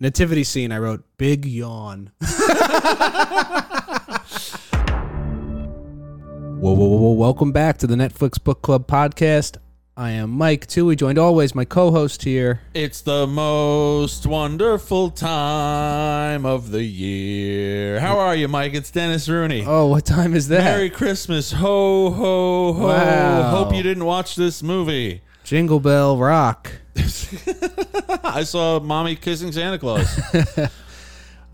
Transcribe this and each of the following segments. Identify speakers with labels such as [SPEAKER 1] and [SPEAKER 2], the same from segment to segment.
[SPEAKER 1] Nativity scene, I wrote big yawn. whoa, whoa, whoa, whoa. Welcome back to the Netflix Book Club podcast. I am Mike Tui, joined always my co host here.
[SPEAKER 2] It's the most wonderful time of the year. How are you, Mike? It's Dennis Rooney.
[SPEAKER 1] Oh, what time is that?
[SPEAKER 2] Merry Christmas. Ho, ho, ho.
[SPEAKER 1] Wow.
[SPEAKER 2] Hope you didn't watch this movie.
[SPEAKER 1] Jingle Bell Rock.
[SPEAKER 2] I saw Mommy Kissing Santa Claus.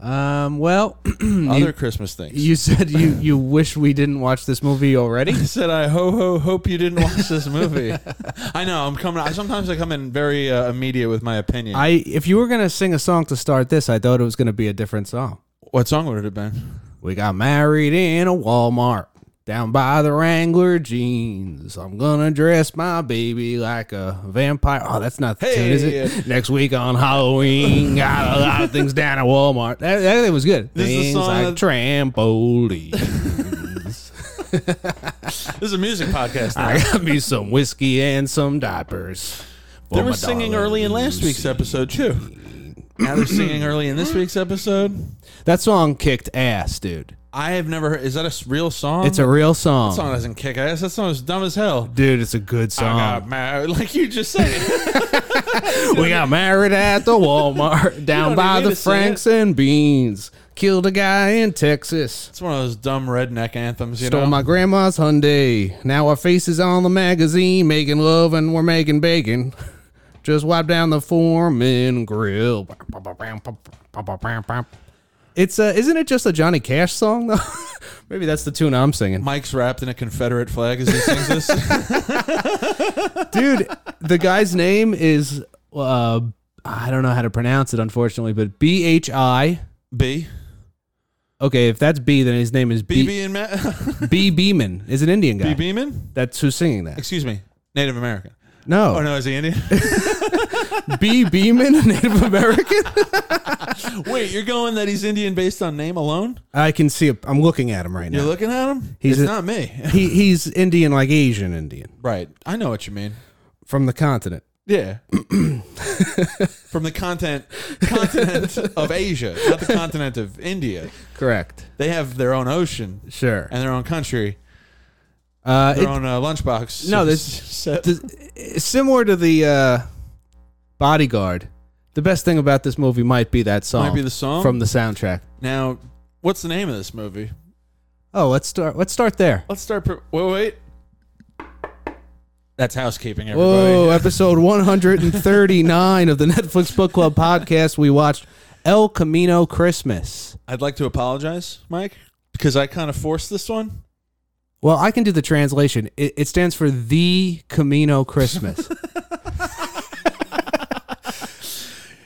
[SPEAKER 1] Um, well,
[SPEAKER 2] Other Christmas things.
[SPEAKER 1] you said you, you wish we didn't watch this movie already.
[SPEAKER 2] I said I ho ho hope you didn't watch this movie. I know I'm coming. I sometimes I come in very uh, immediate with my opinion.
[SPEAKER 1] I if you were gonna sing a song to start this, I thought it was gonna be a different song.
[SPEAKER 2] what song would it have been?
[SPEAKER 1] We got married in a Walmart down by the Wrangler jeans. I'm gonna dress my baby like a vampire. Oh, that's not the tune, is it? Next week on Halloween, got a lot of things down at Walmart. That, that was good.
[SPEAKER 2] is the
[SPEAKER 1] things
[SPEAKER 2] song
[SPEAKER 1] like
[SPEAKER 2] that-
[SPEAKER 1] trampoline.
[SPEAKER 2] This is a music podcast. Now.
[SPEAKER 1] I got me some whiskey and some diapers. for
[SPEAKER 2] They
[SPEAKER 1] my
[SPEAKER 2] were singing
[SPEAKER 1] darling
[SPEAKER 2] early in last week's
[SPEAKER 1] Lucy.
[SPEAKER 2] episode too. Now they're singing early in this week's episode.
[SPEAKER 1] That song kicked ass, dude.
[SPEAKER 2] I have never heard. Is that a s- real song?
[SPEAKER 1] It's a real song.
[SPEAKER 2] that song doesn't kick ass. That song is dumb as hell.
[SPEAKER 1] Dude, it's a good
[SPEAKER 2] I
[SPEAKER 1] song.
[SPEAKER 2] got married, like you just said.
[SPEAKER 1] We got married at the Walmart down
[SPEAKER 2] don't
[SPEAKER 1] by
[SPEAKER 2] need
[SPEAKER 1] the
[SPEAKER 2] to sing it.
[SPEAKER 1] Franks and Beans. Killed a guy in Texas.
[SPEAKER 2] it's one of those dumb redneck anthems. You
[SPEAKER 1] Stole
[SPEAKER 2] know.
[SPEAKER 1] my grandma's Hyundai. Now our faces on the magazine, making love and we're making bacon. Just wipe down the Foreman grill. It's uh, isn't it just a Johnny Cash song though? Maybe that's the tune I'm singing.
[SPEAKER 2] Mike's wrapped in a Confederate flag as he sings this.
[SPEAKER 1] dude the guy's name is uh i don't know how to pronounce it unfortunately but b-h-i
[SPEAKER 2] B.
[SPEAKER 1] okay if that's b then his name is
[SPEAKER 2] B.
[SPEAKER 1] b
[SPEAKER 2] B. and Matt.
[SPEAKER 1] b beeman is an indian guy
[SPEAKER 2] B. Beeman.
[SPEAKER 1] that's who's singing that
[SPEAKER 2] Excuse me. Native American. Oh
[SPEAKER 1] no,
[SPEAKER 2] no, is he Indian?
[SPEAKER 1] b beeman a native american
[SPEAKER 2] Wait, you're going that he's Indian based on name alone?
[SPEAKER 1] i can see it. i'm looking at him right
[SPEAKER 2] You're
[SPEAKER 1] now
[SPEAKER 2] looking at him?
[SPEAKER 1] He's
[SPEAKER 2] it's
[SPEAKER 1] a-
[SPEAKER 2] not me.
[SPEAKER 1] he, he's indian like asian indian
[SPEAKER 2] Right. I know what you mean.
[SPEAKER 1] from the continent
[SPEAKER 2] Yeah. From the content continent of Asia, not the continent of India.
[SPEAKER 1] correct
[SPEAKER 2] They have their own ocean
[SPEAKER 1] sure
[SPEAKER 2] and their own country,
[SPEAKER 1] uh
[SPEAKER 2] their
[SPEAKER 1] it,
[SPEAKER 2] own uh, lunchbox.
[SPEAKER 1] No, this-
[SPEAKER 2] Set.
[SPEAKER 1] th- similar to the uh bodyguard the best thing about this movie might be that song
[SPEAKER 2] might be the song.
[SPEAKER 1] from the soundtrack
[SPEAKER 2] now, what's the name of this movie?
[SPEAKER 1] Oh, let's start. Let's start there.
[SPEAKER 2] Let's start. Pro- wait, wait. That's housekeeping, everybody.
[SPEAKER 1] Whoa! episode 139 of the Netflix Book Club podcast. We watched El Camino Christmas.
[SPEAKER 2] I'd like to apologize, Mike, because I kind of forced this one.
[SPEAKER 1] Well, I can do the translation. It, it stands for the Camino Christmas.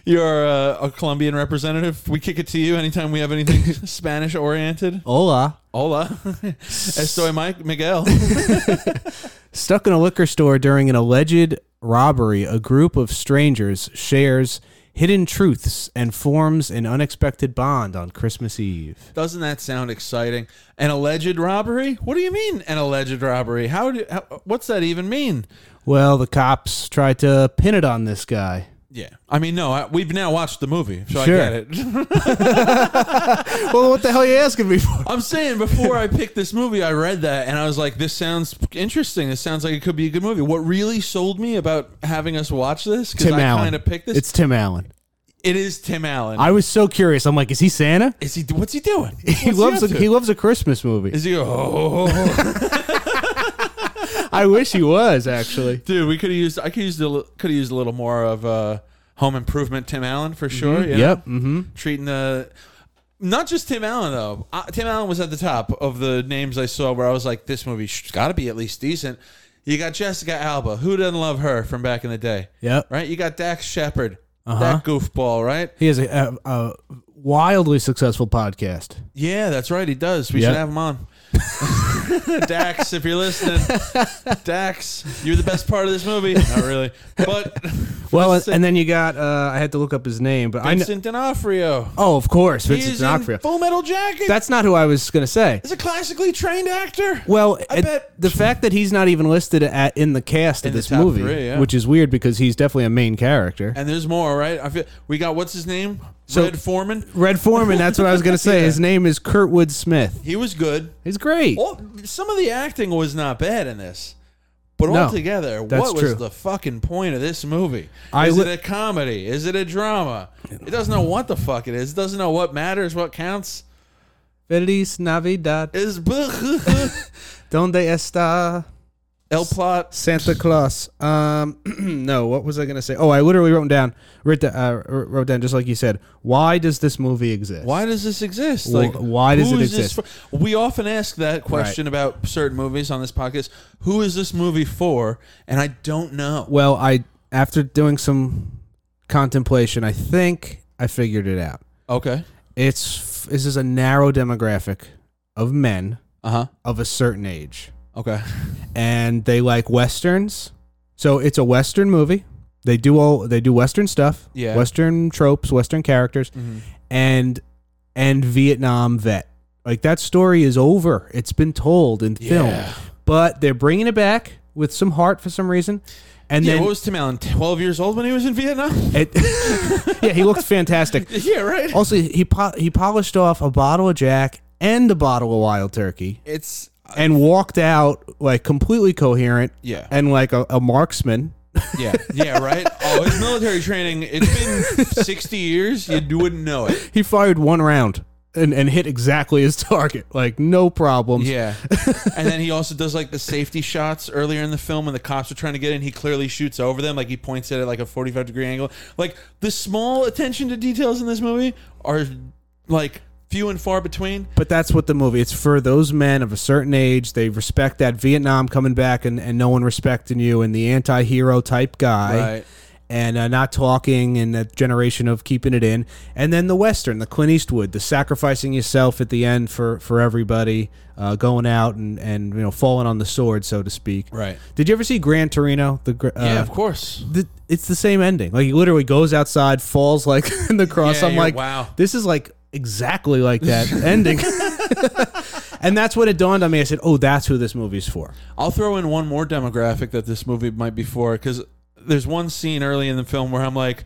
[SPEAKER 2] You're uh, a Colombian representative. We kick it to you anytime we have anything Spanish oriented.
[SPEAKER 1] Hola.
[SPEAKER 2] Hola. Estoy Mike Miguel.
[SPEAKER 1] Stuck in a liquor store during an alleged robbery, a group of strangers shares hidden truths and forms an unexpected bond on Christmas Eve.
[SPEAKER 2] Doesn't that sound exciting? An alleged robbery? What do you mean, an alleged robbery? How do? How, what's that even mean?
[SPEAKER 1] Well, the cops tried to pin it on this guy.
[SPEAKER 2] Yeah, I mean, no. I, we've now watched the movie, so
[SPEAKER 1] Sure.
[SPEAKER 2] I get it.
[SPEAKER 1] well, what the hell are you asking me for?
[SPEAKER 2] I'm saying before I picked this movie, I read that and I was like, this sounds interesting. This sounds like it could be a good movie. What really sold me about having us watch this, because
[SPEAKER 1] Tim
[SPEAKER 2] I
[SPEAKER 1] Allen.
[SPEAKER 2] kind of picked this,
[SPEAKER 1] It's Tim Allen.
[SPEAKER 2] it is Tim Allen.
[SPEAKER 1] I was so curious. I'm like, is he Santa?
[SPEAKER 2] is he? What's he doing?
[SPEAKER 1] He loves a, he loves a Christmas movie.
[SPEAKER 2] Is he? go, Oh, oh, oh, oh."
[SPEAKER 1] I wish he was actually.
[SPEAKER 2] dude, we could have used. I could used could have used a little more of uh, Home Improvement Tim Allen for sure. you know?
[SPEAKER 1] Yep. Mm-hmm.
[SPEAKER 2] treating the. Not just Tim Allen though. Uh, Tim Allen was at the top of the names I saw where I was like, this movie's got to be at least decent. You got Jessica Alba, who doesn't love her from back in the day?
[SPEAKER 1] Yep. Uh-huh.
[SPEAKER 2] right? You got Dax Shepard, that goofball, right?
[SPEAKER 1] He has a, a, a wildly successful podcast.
[SPEAKER 2] Yeah, that's right. He does. We
[SPEAKER 1] Yeah.
[SPEAKER 2] should have him on. Dax, if you're listening, Dax, you're the best part of this movie. Not really, but
[SPEAKER 1] Well, and,
[SPEAKER 2] let's say
[SPEAKER 1] and then you got uh, I had to look up his name, but I know.
[SPEAKER 2] Vincent D'Onofrio.
[SPEAKER 1] Oh, of course, Vincent
[SPEAKER 2] He's in
[SPEAKER 1] D'Onofrio.
[SPEAKER 2] Full Metal Jacket.
[SPEAKER 1] That's not who I was gonna say.
[SPEAKER 2] He's a classically trained actor.
[SPEAKER 1] Well,
[SPEAKER 2] I
[SPEAKER 1] it-
[SPEAKER 2] bet-
[SPEAKER 1] the fact that he's not even listed at in the cast of
[SPEAKER 2] the
[SPEAKER 1] this
[SPEAKER 2] top
[SPEAKER 1] movie,
[SPEAKER 2] three, yeah.
[SPEAKER 1] which is weird because he's definitely a main character.
[SPEAKER 2] And there's more, right? I feel we got what's his name?
[SPEAKER 1] So-
[SPEAKER 2] Red Foreman.
[SPEAKER 1] Red Foreman. That's what I was gonna say. His name is Kurtwood Smith.
[SPEAKER 2] He was good.
[SPEAKER 1] He's great.
[SPEAKER 2] All, some of the acting was not bad in this. But
[SPEAKER 1] No,
[SPEAKER 2] altogether,
[SPEAKER 1] that's
[SPEAKER 2] what
[SPEAKER 1] true.
[SPEAKER 2] was the fucking point of this movie?
[SPEAKER 1] I
[SPEAKER 2] is
[SPEAKER 1] li-
[SPEAKER 2] it a comedy? Is it a drama? It doesn't know what the fuck it is. It doesn't know what matters, what counts.
[SPEAKER 1] Feliz Navidad.
[SPEAKER 2] Is
[SPEAKER 1] Donde está
[SPEAKER 2] El plot.
[SPEAKER 1] Santa Claus? Um, no. What was I gonna say? Oh, I literally wrote down, wrote, da- uh, wrote down just like you said. Why does this movie exist?
[SPEAKER 2] Why does this exist?
[SPEAKER 1] Well,
[SPEAKER 2] Like,
[SPEAKER 1] why does
[SPEAKER 2] who
[SPEAKER 1] it
[SPEAKER 2] is this
[SPEAKER 1] exist?
[SPEAKER 2] for? We often ask that question about certain movies on this podcast. Who is this movie for? And I don't know.
[SPEAKER 1] Well, I after doing some contemplation, I think I figured it out.
[SPEAKER 2] Okay.
[SPEAKER 1] It's f- this is a narrow demographic of men
[SPEAKER 2] Uh huh.
[SPEAKER 1] of a certain age,
[SPEAKER 2] Okay.
[SPEAKER 1] and they like westerns. So it's a western movie. They do all they do western stuff,
[SPEAKER 2] Yeah. Mm-hmm.
[SPEAKER 1] western tropes, western characters, and and Vietnam vet. Like that story is over. It's been told in
[SPEAKER 2] Yeah.
[SPEAKER 1] film, but they're bringing it back with some heart for some reason. And
[SPEAKER 2] yeah.
[SPEAKER 1] then
[SPEAKER 2] what was Tim Allen? Twelve years old when he was in Vietnam. Oh,
[SPEAKER 1] It, yeah, he looked fantastic.
[SPEAKER 2] yeah. Right.
[SPEAKER 1] Also, he po- he polished off a bottle of Jack and a bottle of Wild Turkey,
[SPEAKER 2] It's
[SPEAKER 1] and walked out like completely coherent.
[SPEAKER 2] Yeah.
[SPEAKER 1] and like a, a marksman.
[SPEAKER 2] yeah, yeah, right. Oh, his military training. It's been sixty years. You wouldn't know it.
[SPEAKER 1] He fired one round and and hit exactly his target, like no problems.
[SPEAKER 2] Yeah, and then he also does like the safety shots earlier in the film when the cops are trying to get in. He clearly shoots over them, like he points it at like a forty-five degree angle. Like the small attention to details in this movie are like few and far between.
[SPEAKER 1] But that's what the movie. It's for those men of a certain age. They respect that Vietnam coming back and, and no one respecting you and the anti-hero type guy.
[SPEAKER 2] Right.
[SPEAKER 1] And uh, not talking and that generation of keeping it in. And then the Western, the Clint Eastwood, the sacrificing yourself at the end for, for everybody, uh, going out and, and you know falling on the sword, so to speak.
[SPEAKER 2] Right.
[SPEAKER 1] Did you ever see Gran Torino? The gr- uh,
[SPEAKER 2] Yeah, of course.
[SPEAKER 1] the, it's the same ending. Like he literally goes outside, falls like in the cross.
[SPEAKER 2] Yeah,
[SPEAKER 1] I'm
[SPEAKER 2] you're-
[SPEAKER 1] like,
[SPEAKER 2] wow.
[SPEAKER 1] this is like exactly like that ending. and that's when it dawned on me. I said, oh, that's who this movie's for.
[SPEAKER 2] I'll throw in one more demographic that this movie might be for because there's one scene early in the film where I'm like,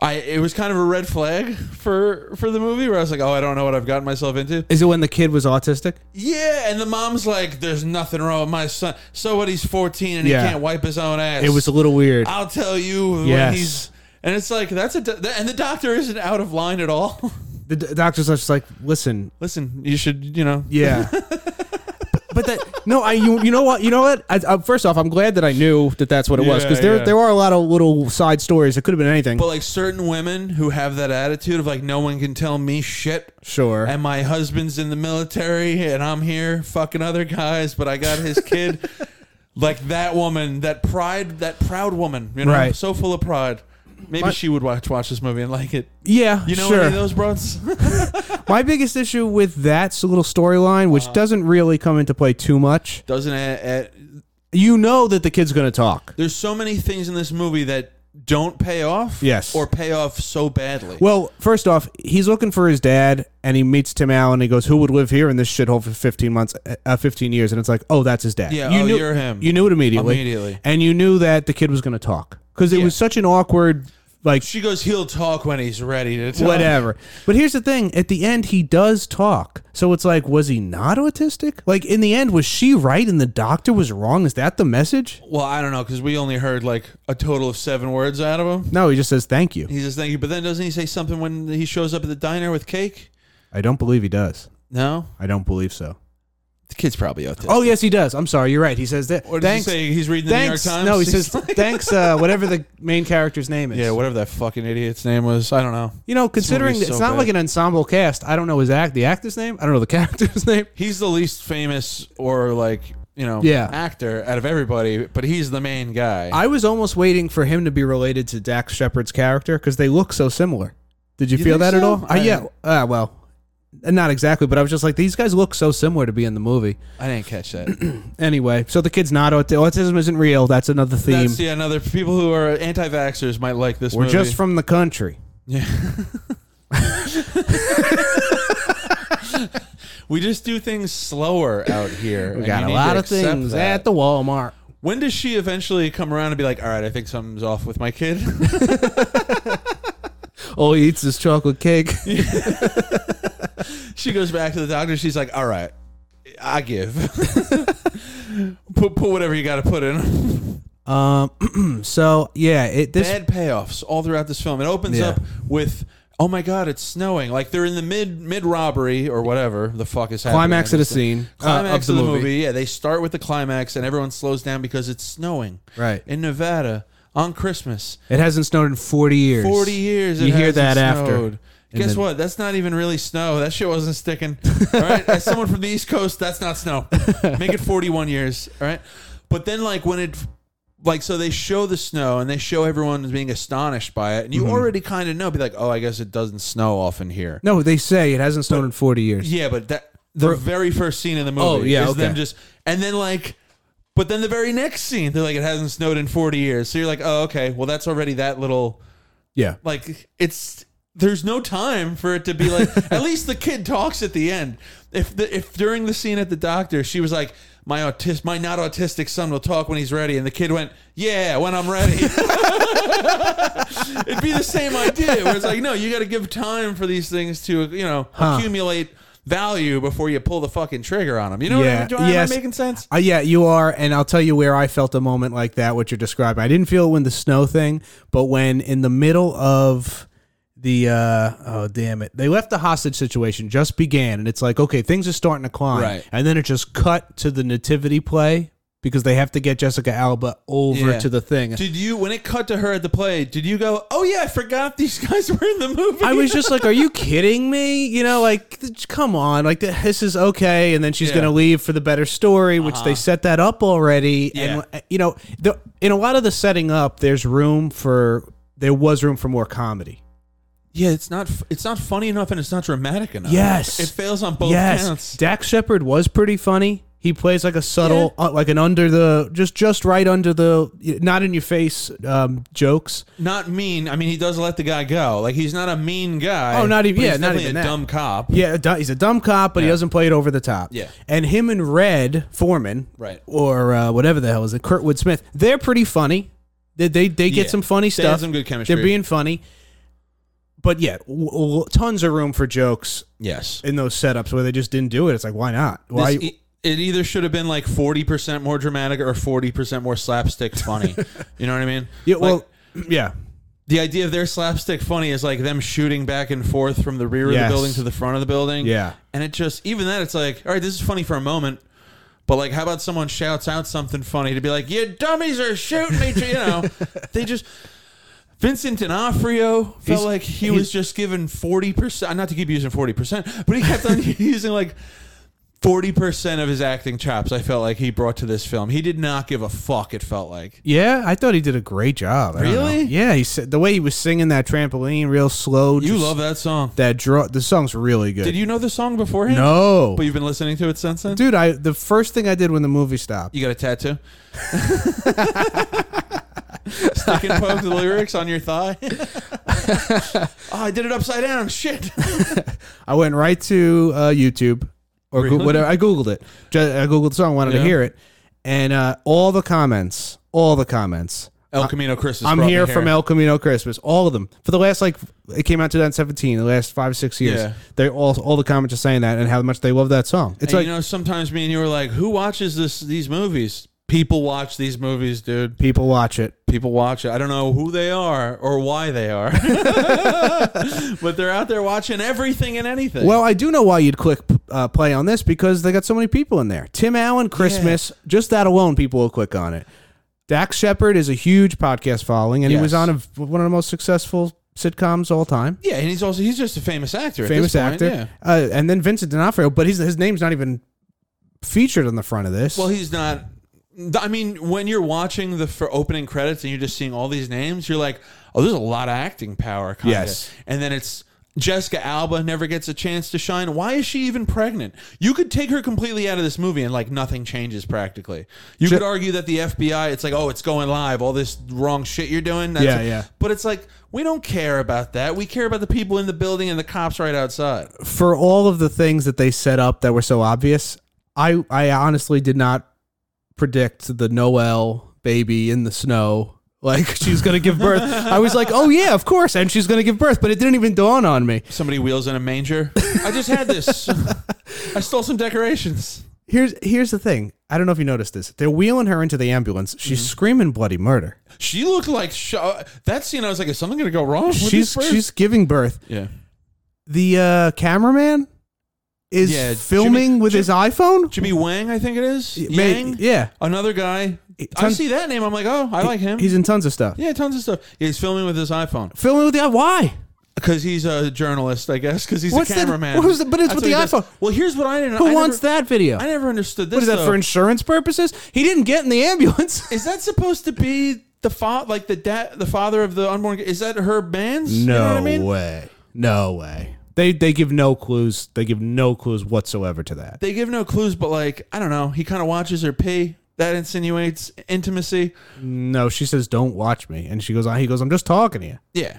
[SPEAKER 2] I it was kind of a red flag for for the movie where I was like, oh, I don't know what I've gotten myself into.
[SPEAKER 1] Is it when the kid was autistic?
[SPEAKER 2] Yeah, and the mom's like, there's nothing wrong with my son. So what? He's 14 and
[SPEAKER 1] Yeah.
[SPEAKER 2] he can't wipe his own ass.
[SPEAKER 1] It was a little weird.
[SPEAKER 2] I'll tell you when
[SPEAKER 1] Yes.
[SPEAKER 2] he's. And it's like that's a do- and the doctor isn't out of line at all.
[SPEAKER 1] The d- doctor's just like, listen,
[SPEAKER 2] Listen, you should you know
[SPEAKER 1] yeah. But- But that no, I you, you know what you know what. I, I, first off, I'm glad that I knew that that's what it was
[SPEAKER 2] Yeah,
[SPEAKER 1] because there
[SPEAKER 2] yeah.
[SPEAKER 1] there are a lot of little side stories. It could have been anything.
[SPEAKER 2] But like certain women who have that attitude of like no one can tell me shit.
[SPEAKER 1] Sure.
[SPEAKER 2] And my husband's in the military and I'm here fucking other guys, but I got his kid. like that woman, that pride, that proud woman, you know,
[SPEAKER 1] Right.
[SPEAKER 2] so full of pride. Maybe
[SPEAKER 1] My-
[SPEAKER 2] she would watch watch this movie and like it.
[SPEAKER 1] yeah,
[SPEAKER 2] You know
[SPEAKER 1] sure.
[SPEAKER 2] any of those broads?
[SPEAKER 1] My biggest issue with that little storyline,
[SPEAKER 2] Uh-huh.
[SPEAKER 1] which doesn't really come into play too much,
[SPEAKER 2] Doesn't it, it-
[SPEAKER 1] you know that the kid's going to talk.
[SPEAKER 2] there's so many things in this movie that don't pay off.
[SPEAKER 1] Yes.
[SPEAKER 2] Or pay off so badly.
[SPEAKER 1] Well, first off, he's looking for his dad, and he meets Tim Allen. And he goes, "Who would live here in this shithole for fifteen months, uh, fifteen years?" And it's like, "Oh, that's his dad."
[SPEAKER 2] Yeah,
[SPEAKER 1] you
[SPEAKER 2] oh,
[SPEAKER 1] knew,
[SPEAKER 2] you're him.
[SPEAKER 1] You knew it immediately,
[SPEAKER 2] Immediately.
[SPEAKER 1] and you knew that the kid was going to talk because it
[SPEAKER 2] Yeah.
[SPEAKER 1] was such an awkward, like
[SPEAKER 2] she goes, he'll talk when he's ready to talk.
[SPEAKER 1] whatever. But here's the thing: at the end, he does talk. So it's like, was he not autistic? Like in the end, was she right and the doctor was wrong? Is that the message?
[SPEAKER 2] Well, I don't know because we only heard like a total of seven words out of him.
[SPEAKER 1] No, he just says thank you.
[SPEAKER 2] He says thank you, but then doesn't he say something when he shows up at the diner with cake?
[SPEAKER 1] I don't believe he does.
[SPEAKER 2] No,
[SPEAKER 1] I don't believe so.
[SPEAKER 2] the kid's probably autistic.
[SPEAKER 1] Oh yes, he does. I'm sorry, you're right. He says that.
[SPEAKER 2] What does
[SPEAKER 1] thanks.
[SPEAKER 2] he say? He's reading the
[SPEAKER 1] thanks.
[SPEAKER 2] New York Times.
[SPEAKER 1] No, he
[SPEAKER 2] He's
[SPEAKER 1] says
[SPEAKER 2] like-
[SPEAKER 1] thanks. Uh, whatever the main character's name is.
[SPEAKER 2] yeah, whatever that fucking idiot's name was. I don't know.
[SPEAKER 1] You know, considering
[SPEAKER 2] movie's
[SPEAKER 1] it's
[SPEAKER 2] so
[SPEAKER 1] not
[SPEAKER 2] bad.
[SPEAKER 1] like an ensemble cast, I don't know his act, the actor's name. I don't know the character's name.
[SPEAKER 2] He's the least famous or like you know
[SPEAKER 1] Yeah.
[SPEAKER 2] actor out of everybody, but he's the main guy.
[SPEAKER 1] I was almost waiting for him to be related to Dax Shepard's character because they look so similar. Did you,
[SPEAKER 2] You
[SPEAKER 1] feel
[SPEAKER 2] think
[SPEAKER 1] that at
[SPEAKER 2] so?
[SPEAKER 1] all? Uh,
[SPEAKER 2] I-
[SPEAKER 1] yeah. Uh, well, not exactly, but I was just like, these guys look so similar to be in the movie.
[SPEAKER 2] I didn't catch that.
[SPEAKER 1] Anyway, so the kid's not aut- autism isn't real. That's another theme.
[SPEAKER 2] That's yeah. Another people who are anti-vaxxers might like this.
[SPEAKER 1] We're
[SPEAKER 2] movie.
[SPEAKER 1] just from the country.
[SPEAKER 2] Yeah. we just do things slower out here.
[SPEAKER 1] We got a lot of things at the Walmart.
[SPEAKER 2] When does she eventually come around and be like, "All right, I think something's off with my kid"?
[SPEAKER 1] Oh, he eats his chocolate cake.
[SPEAKER 2] She goes back to the doctor. She's like, "All right, I give. put put whatever you got to put in."
[SPEAKER 1] um, so yeah, it this
[SPEAKER 2] Bad payoffs all throughout this film. It opens
[SPEAKER 1] Yeah.
[SPEAKER 2] up with, "Oh my god, it's snowing!" Like they're in the mid mid robbery or whatever the fuck is happening.
[SPEAKER 1] climax of the scene uh,
[SPEAKER 2] climax of the, movie. Yeah, they start with the climax and everyone slows down because it's snowing
[SPEAKER 1] Right.
[SPEAKER 2] in Nevada on Christmas.
[SPEAKER 1] It hasn't snowed in 40 years.
[SPEAKER 2] 40 years.
[SPEAKER 1] You
[SPEAKER 2] it
[SPEAKER 1] hear
[SPEAKER 2] hasn't
[SPEAKER 1] that
[SPEAKER 2] snowed.
[SPEAKER 1] after. And
[SPEAKER 2] Guess
[SPEAKER 1] then-
[SPEAKER 2] what? That's not even really snow. That shit wasn't sticking. All right. As someone from the East Coast, that's not snow. Make it 41 years. All right. But then, like, when it, like, so they show the snow and they show everyone being astonished by it. And you already kind of know, be like, oh, I guess it doesn't snow often here.
[SPEAKER 1] Mm-hmm. No, they say it hasn't snowed in 40 years.
[SPEAKER 2] Yeah, but that the very first scene in the movie
[SPEAKER 1] Oh, yeah,
[SPEAKER 2] is
[SPEAKER 1] okay.
[SPEAKER 2] them just and then like but then the very next scene they're like it hasn't snowed in 40 years. So you're like, "Oh, okay. Well, that's already that little
[SPEAKER 1] Yeah.
[SPEAKER 2] like it's there's no time for it to be like at least the kid talks at the end. If the if during the scene at the doctor she was like my autist my not autistic son will talk when he's ready and the kid went, "Yeah, when I'm ready." It'd be the same idea where it's like, no, you got to give time for these things to, you know, accumulate value before you pull the fucking trigger on them. You know
[SPEAKER 1] Yeah,
[SPEAKER 2] what I mean?
[SPEAKER 1] yes.
[SPEAKER 2] Am I making sense?
[SPEAKER 1] Uh, yeah, you are, and I'll tell you where I felt a moment like that. What you're describing, I didn't feel it when the snow thing, but when in the middle of the uh, oh damn it, they left the hostage situation just began, and it's like okay, things are starting to climb,
[SPEAKER 2] Right.
[SPEAKER 1] and then it just cut to the nativity play because they have to get Jessica Alba over
[SPEAKER 2] Yeah.
[SPEAKER 1] to the thing.
[SPEAKER 2] Did you, when it cut to her at the play, did you go, oh yeah, I forgot these guys were in the movie?
[SPEAKER 1] I was just like, "Are you kidding me?" You know, like, th- come on, like th- this is okay. And then she's
[SPEAKER 2] Yeah. Uh-huh.
[SPEAKER 1] gonna leave for the better story, which they set that up already. And uh, you know, the, in a lot of the setting up, there's room for there was room for more comedy.
[SPEAKER 2] yeah, it's not, it's not funny enough and it's not dramatic enough.
[SPEAKER 1] Yes.
[SPEAKER 2] It fails on both
[SPEAKER 1] yes,
[SPEAKER 2] counts.
[SPEAKER 1] Dax Shepard was pretty funny. He plays like a subtle, uh, like an under the just just right under the not in your face um, jokes.
[SPEAKER 2] Not mean. I mean, he does let the guy go. Like he's not a mean guy.
[SPEAKER 1] Oh, not even-
[SPEAKER 2] but he's
[SPEAKER 1] yeah, not
[SPEAKER 2] definitely
[SPEAKER 1] even
[SPEAKER 2] a
[SPEAKER 1] that.
[SPEAKER 2] dumb cop.
[SPEAKER 1] Yeah, a du- he's a dumb cop, but he doesn't play it over the top.
[SPEAKER 2] Yeah.
[SPEAKER 1] and him and Red Foreman,
[SPEAKER 2] Right.
[SPEAKER 1] or uh, whatever the hell is it, Kurtwood Smith. They're pretty funny. They they, they get
[SPEAKER 2] Yeah.
[SPEAKER 1] some funny
[SPEAKER 2] They had
[SPEAKER 1] stuff.
[SPEAKER 2] some good chemistry.
[SPEAKER 1] They're being funny, but yeah, w- w- tons of room for jokes
[SPEAKER 2] yes.
[SPEAKER 1] in those setups where they just didn't do it. It's like why not? Why?
[SPEAKER 2] This e- it either should have been like 40% more dramatic or 40% more slapstick funny. you know what I mean?
[SPEAKER 1] yeah,
[SPEAKER 2] Like,
[SPEAKER 1] well, yeah,
[SPEAKER 2] the idea of their slapstick funny is like them shooting back and forth from the rear of
[SPEAKER 1] Yes.
[SPEAKER 2] the building to the front of the building.
[SPEAKER 1] Yeah.
[SPEAKER 2] And it just, even that, it's like, all right, this is funny for a moment. But like, how about someone shouts out something funny to be like, "You dummies are shooting me!" You know, they just Vincent D'Onofrio felt
[SPEAKER 1] He's-
[SPEAKER 2] like he
[SPEAKER 1] he's-
[SPEAKER 2] was just given forty percent. Not to keep using forty percent, but he kept on using like forty percent of his acting chops. I felt like he brought to this film. He did not give a fuck. It felt like
[SPEAKER 1] yeah. I thought he did a great job. I don't know.
[SPEAKER 2] Really?
[SPEAKER 1] Yeah, he said the way he was singing that trampoline, real slow.
[SPEAKER 2] you
[SPEAKER 1] just-
[SPEAKER 2] love that song.
[SPEAKER 1] that draw. The song's really good.
[SPEAKER 2] Did you know the song beforehand?
[SPEAKER 1] No,
[SPEAKER 2] But you've been listening to it since then?
[SPEAKER 1] dude. I the first thing I did when the movie stopped.
[SPEAKER 2] You got a tattoo? Stick and poke the lyrics on your thigh? oh, I did it upside down. Shit.
[SPEAKER 1] Uh, I went right to uh, YouTube or
[SPEAKER 2] Really?
[SPEAKER 1] go- whatever. I googled it. Ju- I googled the song, wanted
[SPEAKER 2] Yeah.
[SPEAKER 1] to hear it, and uh, all the comments, all the comments.
[SPEAKER 2] El Camino Chris is
[SPEAKER 1] I'm
[SPEAKER 2] brought
[SPEAKER 1] here
[SPEAKER 2] me
[SPEAKER 1] from El Camino Christmas. All of them for the last like it came out 2017. The last five six years,
[SPEAKER 2] Yeah.
[SPEAKER 1] they all all the comments are saying that and how much they love that song. It's
[SPEAKER 2] And
[SPEAKER 1] like
[SPEAKER 2] you know, sometimes me and you were like, who watches this? these movies? People watch these movies, dude.
[SPEAKER 1] people watch it.
[SPEAKER 2] People watch it. I don't know who they are or why they are, but they're out there watching everything and anything.
[SPEAKER 1] Well, I do know why you'd click uh, play on this because they got so many people in there. Tim Allen, Christmas, just that alone, people will click on it. Dax Shepard is a huge podcast following, and he was
[SPEAKER 2] Yes.
[SPEAKER 1] on a, one of the most successful sitcoms all time.
[SPEAKER 2] yeah, and he's also he's just a famous actor. at
[SPEAKER 1] Famous
[SPEAKER 2] this point,
[SPEAKER 1] actor,
[SPEAKER 2] yeah.
[SPEAKER 1] uh, and then Vincent D'Onofrio, but he's, his name's not even featured on the front of this.
[SPEAKER 2] Well, he's not. I mean, when you're watching the for opening credits and you're just seeing all these names, you're like, "Oh, there's a lot of acting power." Kinda.
[SPEAKER 1] Yes.
[SPEAKER 2] And then it's Jessica Alba never gets a chance to shine. Why is she even pregnant? You could take her completely out of this movie and like nothing changes practically. You could argue that the FBI, it's like, "Oh, it's going live. All this wrong shit you're doing." That's
[SPEAKER 1] Yeah, yeah.
[SPEAKER 2] But it's like we don't care about that. We care about the people in the building and the cops right outside.
[SPEAKER 1] For all of the things that they set up that were so obvious, I I honestly did not predict the Noel baby in the snow Like she's gonna give birth. I was like, oh yeah, of course, and she's gonna give birth. But it didn't even dawn on me.
[SPEAKER 2] Somebody wheels in a manger. I just had this. I stole some decorations.
[SPEAKER 1] Here's here's the thing. I don't know if you noticed this. They're wheeling her into the ambulance. She's
[SPEAKER 2] Mm-hmm.
[SPEAKER 1] screaming bloody murder.
[SPEAKER 2] She looked like sh- uh, that scene. I was like, is something going to go wrong? With
[SPEAKER 1] she's
[SPEAKER 2] these birds?
[SPEAKER 1] she's giving birth.
[SPEAKER 2] yeah.
[SPEAKER 1] The uh, cameraman is
[SPEAKER 2] Yeah,
[SPEAKER 1] filming
[SPEAKER 2] Jimmy-
[SPEAKER 1] with his iPhone.
[SPEAKER 2] Jimmy Wang, I think it is.
[SPEAKER 1] Ma-
[SPEAKER 2] Yang?
[SPEAKER 1] Yeah,
[SPEAKER 2] Another guy. I
[SPEAKER 1] ton-
[SPEAKER 2] see that name. I'm like, oh, I like him.
[SPEAKER 1] he's in tons of stuff.
[SPEAKER 2] yeah, tons of stuff. He's filming with his iPhone
[SPEAKER 1] Filming with the why?
[SPEAKER 2] because he's a journalist, I guess. Because he's
[SPEAKER 1] What's
[SPEAKER 2] a
[SPEAKER 1] that-
[SPEAKER 2] cameraman.
[SPEAKER 1] what was the- but it's
[SPEAKER 2] That's
[SPEAKER 1] with
[SPEAKER 2] what
[SPEAKER 1] the
[SPEAKER 2] he does.
[SPEAKER 1] iPhone.
[SPEAKER 2] Well, here's what I didn't.
[SPEAKER 1] Who
[SPEAKER 2] I
[SPEAKER 1] wants
[SPEAKER 2] never,
[SPEAKER 1] that video?
[SPEAKER 2] I never understood this.
[SPEAKER 1] What is that
[SPEAKER 2] though.
[SPEAKER 1] for insurance purposes? He didn't get in the ambulance.
[SPEAKER 2] Is that supposed to be the fa- like the da- the father of the unborn? Is that her man's? you know what I mean?
[SPEAKER 1] way. No way. They they give no clues. They give no clues whatsoever to that.
[SPEAKER 2] They give no clues, but like I don't know. He kind of watches her pee. That insinuates intimacy.
[SPEAKER 1] No, she says, "Don't watch me," and she goes on. He goes, "I'm just talking to you."
[SPEAKER 2] Yeah.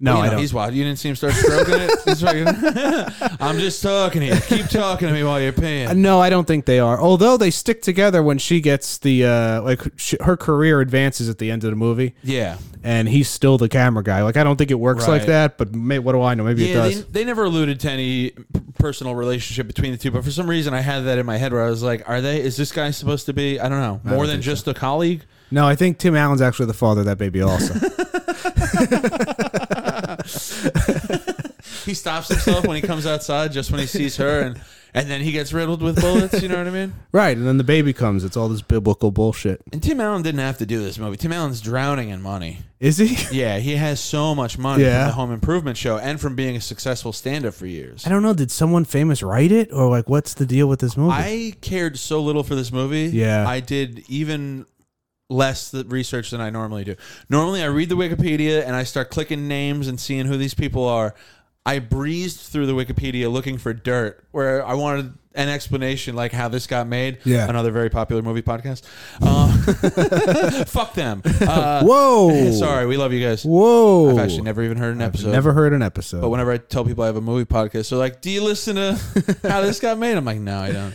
[SPEAKER 1] No,
[SPEAKER 2] Well, you
[SPEAKER 1] I
[SPEAKER 2] know,
[SPEAKER 1] don't.
[SPEAKER 2] He's wild. You didn't see him start stroking it. He's fucking- I'm just talking to you. Keep talking to me while you're peeing.
[SPEAKER 1] no, I don't think they are. Although they stick together when she gets the uh, like sh her career advances at the end of the movie,
[SPEAKER 2] Yeah.
[SPEAKER 1] and he's still the camera guy. Like I don't think it works like
[SPEAKER 2] Right.
[SPEAKER 1] that. But may, what do I know? Maybe it
[SPEAKER 2] Yeah, they,
[SPEAKER 1] does.
[SPEAKER 2] they never alluded to any p- personal relationship between the two, but for some reason I had that in my head where I was like, are they, is this guy supposed to be, I don't know, more than just a colleague?
[SPEAKER 1] no, I think Tim Allen's actually the father of that baby. Also,
[SPEAKER 2] He stops himself when he comes outside just when he sees her and, and then he gets riddled with bullets, you know what I mean?
[SPEAKER 1] right? And then the baby comes. It's all this biblical bullshit.
[SPEAKER 2] And Tim Allen didn't have to do this movie. Tim Allen's drowning in money.
[SPEAKER 1] Is he?
[SPEAKER 2] Yeah, he has so much money
[SPEAKER 1] Yeah.
[SPEAKER 2] from the Home Improvement show and from being a successful stand up for years.
[SPEAKER 1] I don't know. Did someone famous write it, or like, what's the deal with this movie?
[SPEAKER 2] I cared so little for this movie.
[SPEAKER 1] Yeah.
[SPEAKER 2] I did even less th- research than I normally do. Normally, I read the Wikipedia and I start clicking names and seeing who these people are. I breezed through the Wikipedia looking for dirt where I wanted an explanation like how this got made.
[SPEAKER 1] Yeah.
[SPEAKER 2] Another very popular movie podcast. Uh, fuck them. Uh,
[SPEAKER 1] Whoa!
[SPEAKER 2] Sorry, we love you guys.
[SPEAKER 1] Whoa!
[SPEAKER 2] I've actually never even heard an episode.
[SPEAKER 1] Never heard an episode.
[SPEAKER 2] But whenever I tell people I have a movie podcast, they're like, "Do you listen to how this got made?" I'm like, "No, I don't."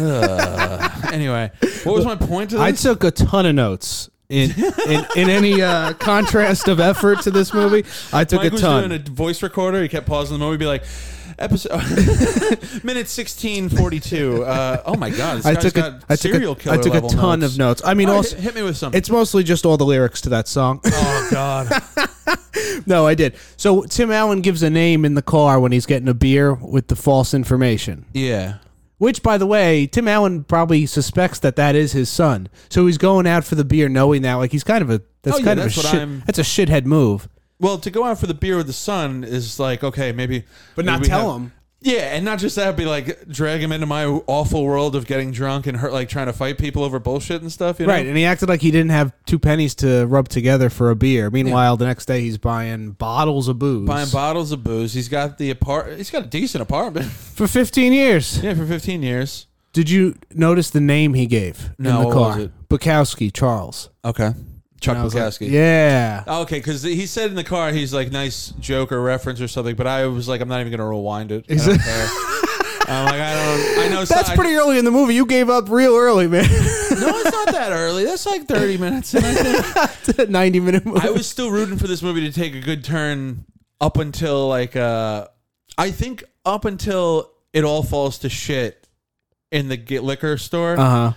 [SPEAKER 2] Ugh. anyway, what was my point to
[SPEAKER 1] I
[SPEAKER 2] this?
[SPEAKER 1] took a ton of notes in in, in any uh, contrast of effort to this movie. I took a
[SPEAKER 2] Mike was
[SPEAKER 1] ton.
[SPEAKER 2] doing a voice recorder. He kept pausing the movie, be like, "Episode minute sixteen forty two. Uh, oh my god, this
[SPEAKER 1] I
[SPEAKER 2] guy's
[SPEAKER 1] took a,
[SPEAKER 2] got
[SPEAKER 1] I took
[SPEAKER 2] serial
[SPEAKER 1] a,
[SPEAKER 2] killer
[SPEAKER 1] I took a
[SPEAKER 2] level
[SPEAKER 1] ton
[SPEAKER 2] notes.
[SPEAKER 1] of notes. I mean,
[SPEAKER 2] All right,
[SPEAKER 1] also
[SPEAKER 2] hit, hit me with something.
[SPEAKER 1] it's mostly just all the lyrics to that song.
[SPEAKER 2] oh god,
[SPEAKER 1] no, I did. So Tim Allen gives a name in the car when he's getting a beer with the false information.
[SPEAKER 2] yeah.
[SPEAKER 1] Which, by the way, Tim Allen probably suspects that that is his son. So he's going out for the beer, knowing that. Like he's kind of a that's
[SPEAKER 2] Oh, yeah,
[SPEAKER 1] kind of
[SPEAKER 2] that's
[SPEAKER 1] a
[SPEAKER 2] what
[SPEAKER 1] shit,
[SPEAKER 2] I'm-
[SPEAKER 1] that's a shithead move.
[SPEAKER 2] Well, to go out for the beer with the sun is like okay, maybe,
[SPEAKER 1] But
[SPEAKER 2] maybe
[SPEAKER 1] not
[SPEAKER 2] we
[SPEAKER 1] tell
[SPEAKER 2] have-
[SPEAKER 1] him.
[SPEAKER 2] Yeah, and not just that, be like drag him into my awful world of getting drunk and hurt, like trying to fight people over bullshit and stuff. You know?
[SPEAKER 1] Right, and he acted like he didn't have two pennies to rub together for a beer. Meanwhile, the next day he's buying bottles of booze
[SPEAKER 2] Buying bottles of booze. He's got the apart. He's got a decent apartment.
[SPEAKER 1] for 15 years.
[SPEAKER 2] yeah, for fifteen years.
[SPEAKER 1] Did you notice the name he gave
[SPEAKER 2] No,
[SPEAKER 1] in the
[SPEAKER 2] what
[SPEAKER 1] car?
[SPEAKER 2] was it?
[SPEAKER 1] Bukowski Charles.
[SPEAKER 2] Okay, Chuck
[SPEAKER 1] And I was like,
[SPEAKER 2] Bukowski. Oh,
[SPEAKER 1] yeah.
[SPEAKER 2] Okay, because he said in the car he's like nice joke or reference or something, but I was like, I'm not even gonna rewind it. I don't care. I'm like, I don't. I know it's
[SPEAKER 1] That's
[SPEAKER 2] not-
[SPEAKER 1] pretty early in the movie. You gave up real early, man.
[SPEAKER 2] No, it's not that early. That's like 30 minutes. in, I think.
[SPEAKER 1] 90 minute movie.
[SPEAKER 2] I was still rooting for this movie to take a good turn up until like uh I think up until it all falls to shit in the gi- liquor store.
[SPEAKER 1] uh-huh.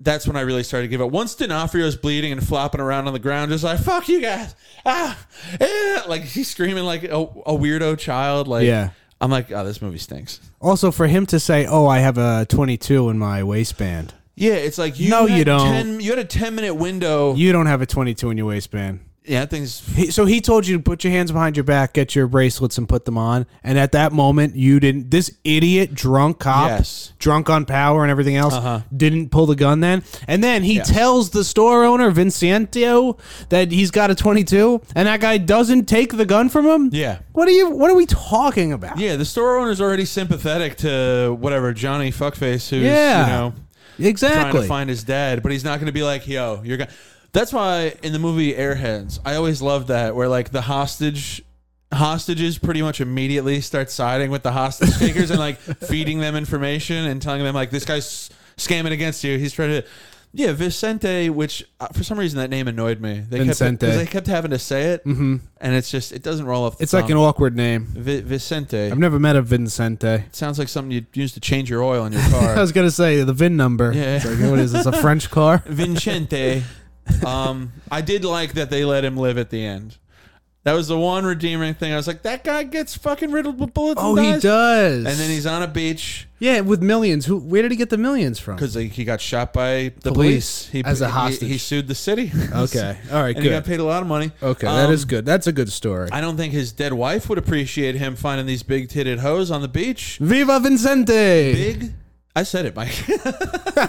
[SPEAKER 2] That's when I really started to give up. Once D'Onofrio's bleeding and flopping around on the ground, just like fuck you guys, ah, eh," like he's screaming like a, a weirdo child. Like
[SPEAKER 1] Yeah.
[SPEAKER 2] I'm like, oh, this movie stinks.
[SPEAKER 1] Also, for him to say, "Oh, I have a 22 in my waistband,"
[SPEAKER 2] Yeah, it's like you.
[SPEAKER 1] No,
[SPEAKER 2] had
[SPEAKER 1] you don't.
[SPEAKER 2] 10 you had a ten minute window.
[SPEAKER 1] you don't have a 22 in your waistband.
[SPEAKER 2] yeah, that thing's
[SPEAKER 1] He, so he told you to put your hands behind your back, get your bracelets, and put them on. And at that moment, you didn't. This idiot, drunk cop,
[SPEAKER 2] Yes.
[SPEAKER 1] drunk on power and everything else,
[SPEAKER 2] Uh-huh.
[SPEAKER 1] didn't pull the gun then. And then he
[SPEAKER 2] Yes.
[SPEAKER 1] tells the store owner Vincentio that he's got a 22, and that guy doesn't take the gun from him.
[SPEAKER 2] yeah.
[SPEAKER 1] What are you? What are we talking about?
[SPEAKER 2] Yeah, the store owner's already sympathetic to whatever Johnny fuckface who's
[SPEAKER 1] Yeah.
[SPEAKER 2] you know trying
[SPEAKER 1] exactly.
[SPEAKER 2] to find his dad, but he's not going to be like, "Yo, you're going." That's why in the movie Airheads, I always loved that where like the hostage hostages pretty much immediately start siding with the hostage takers and like feeding them information and telling them like this guy's scamming against you. He's trying to Yeah, Vicente, which uh, for some reason that name annoyed me. They kept,
[SPEAKER 1] Vicente.
[SPEAKER 2] 'cause they kept having to say it, mm-hmm. and it's just it doesn't roll off. The
[SPEAKER 1] It's like an awkward name.
[SPEAKER 2] Vi- Vicente.
[SPEAKER 1] I've never met a Vincente.
[SPEAKER 2] it sounds like something you'd use to change your oil in your
[SPEAKER 1] I
[SPEAKER 2] car.
[SPEAKER 1] was gonna say the VIN number.
[SPEAKER 2] Yeah.
[SPEAKER 1] It's like, what is this? A French car?
[SPEAKER 2] Vincente. Um, I did like that they let him live at the end. That was the one redeeming thing. I was like, that guy gets fucking riddled with bullets.
[SPEAKER 1] Oh,
[SPEAKER 2] and
[SPEAKER 1] he
[SPEAKER 2] dies.
[SPEAKER 1] does.
[SPEAKER 2] And then he's on a beach
[SPEAKER 1] yeah, with millions. Who? Where did he get the millions from?
[SPEAKER 2] because he got shot by the
[SPEAKER 1] Police
[SPEAKER 2] police. He,
[SPEAKER 1] as a
[SPEAKER 2] he-
[SPEAKER 1] hostage.
[SPEAKER 2] He, sued the city.
[SPEAKER 1] Okay. All right.
[SPEAKER 2] and he got
[SPEAKER 1] good.
[SPEAKER 2] paid a lot of money.
[SPEAKER 1] Okay, that
[SPEAKER 2] Um,
[SPEAKER 1] is good. That's a good story.
[SPEAKER 2] I don't think his dead wife would appreciate him finding these big titted hoes on the beach.
[SPEAKER 1] Viva Vincente!
[SPEAKER 2] Big. I said it, Mike.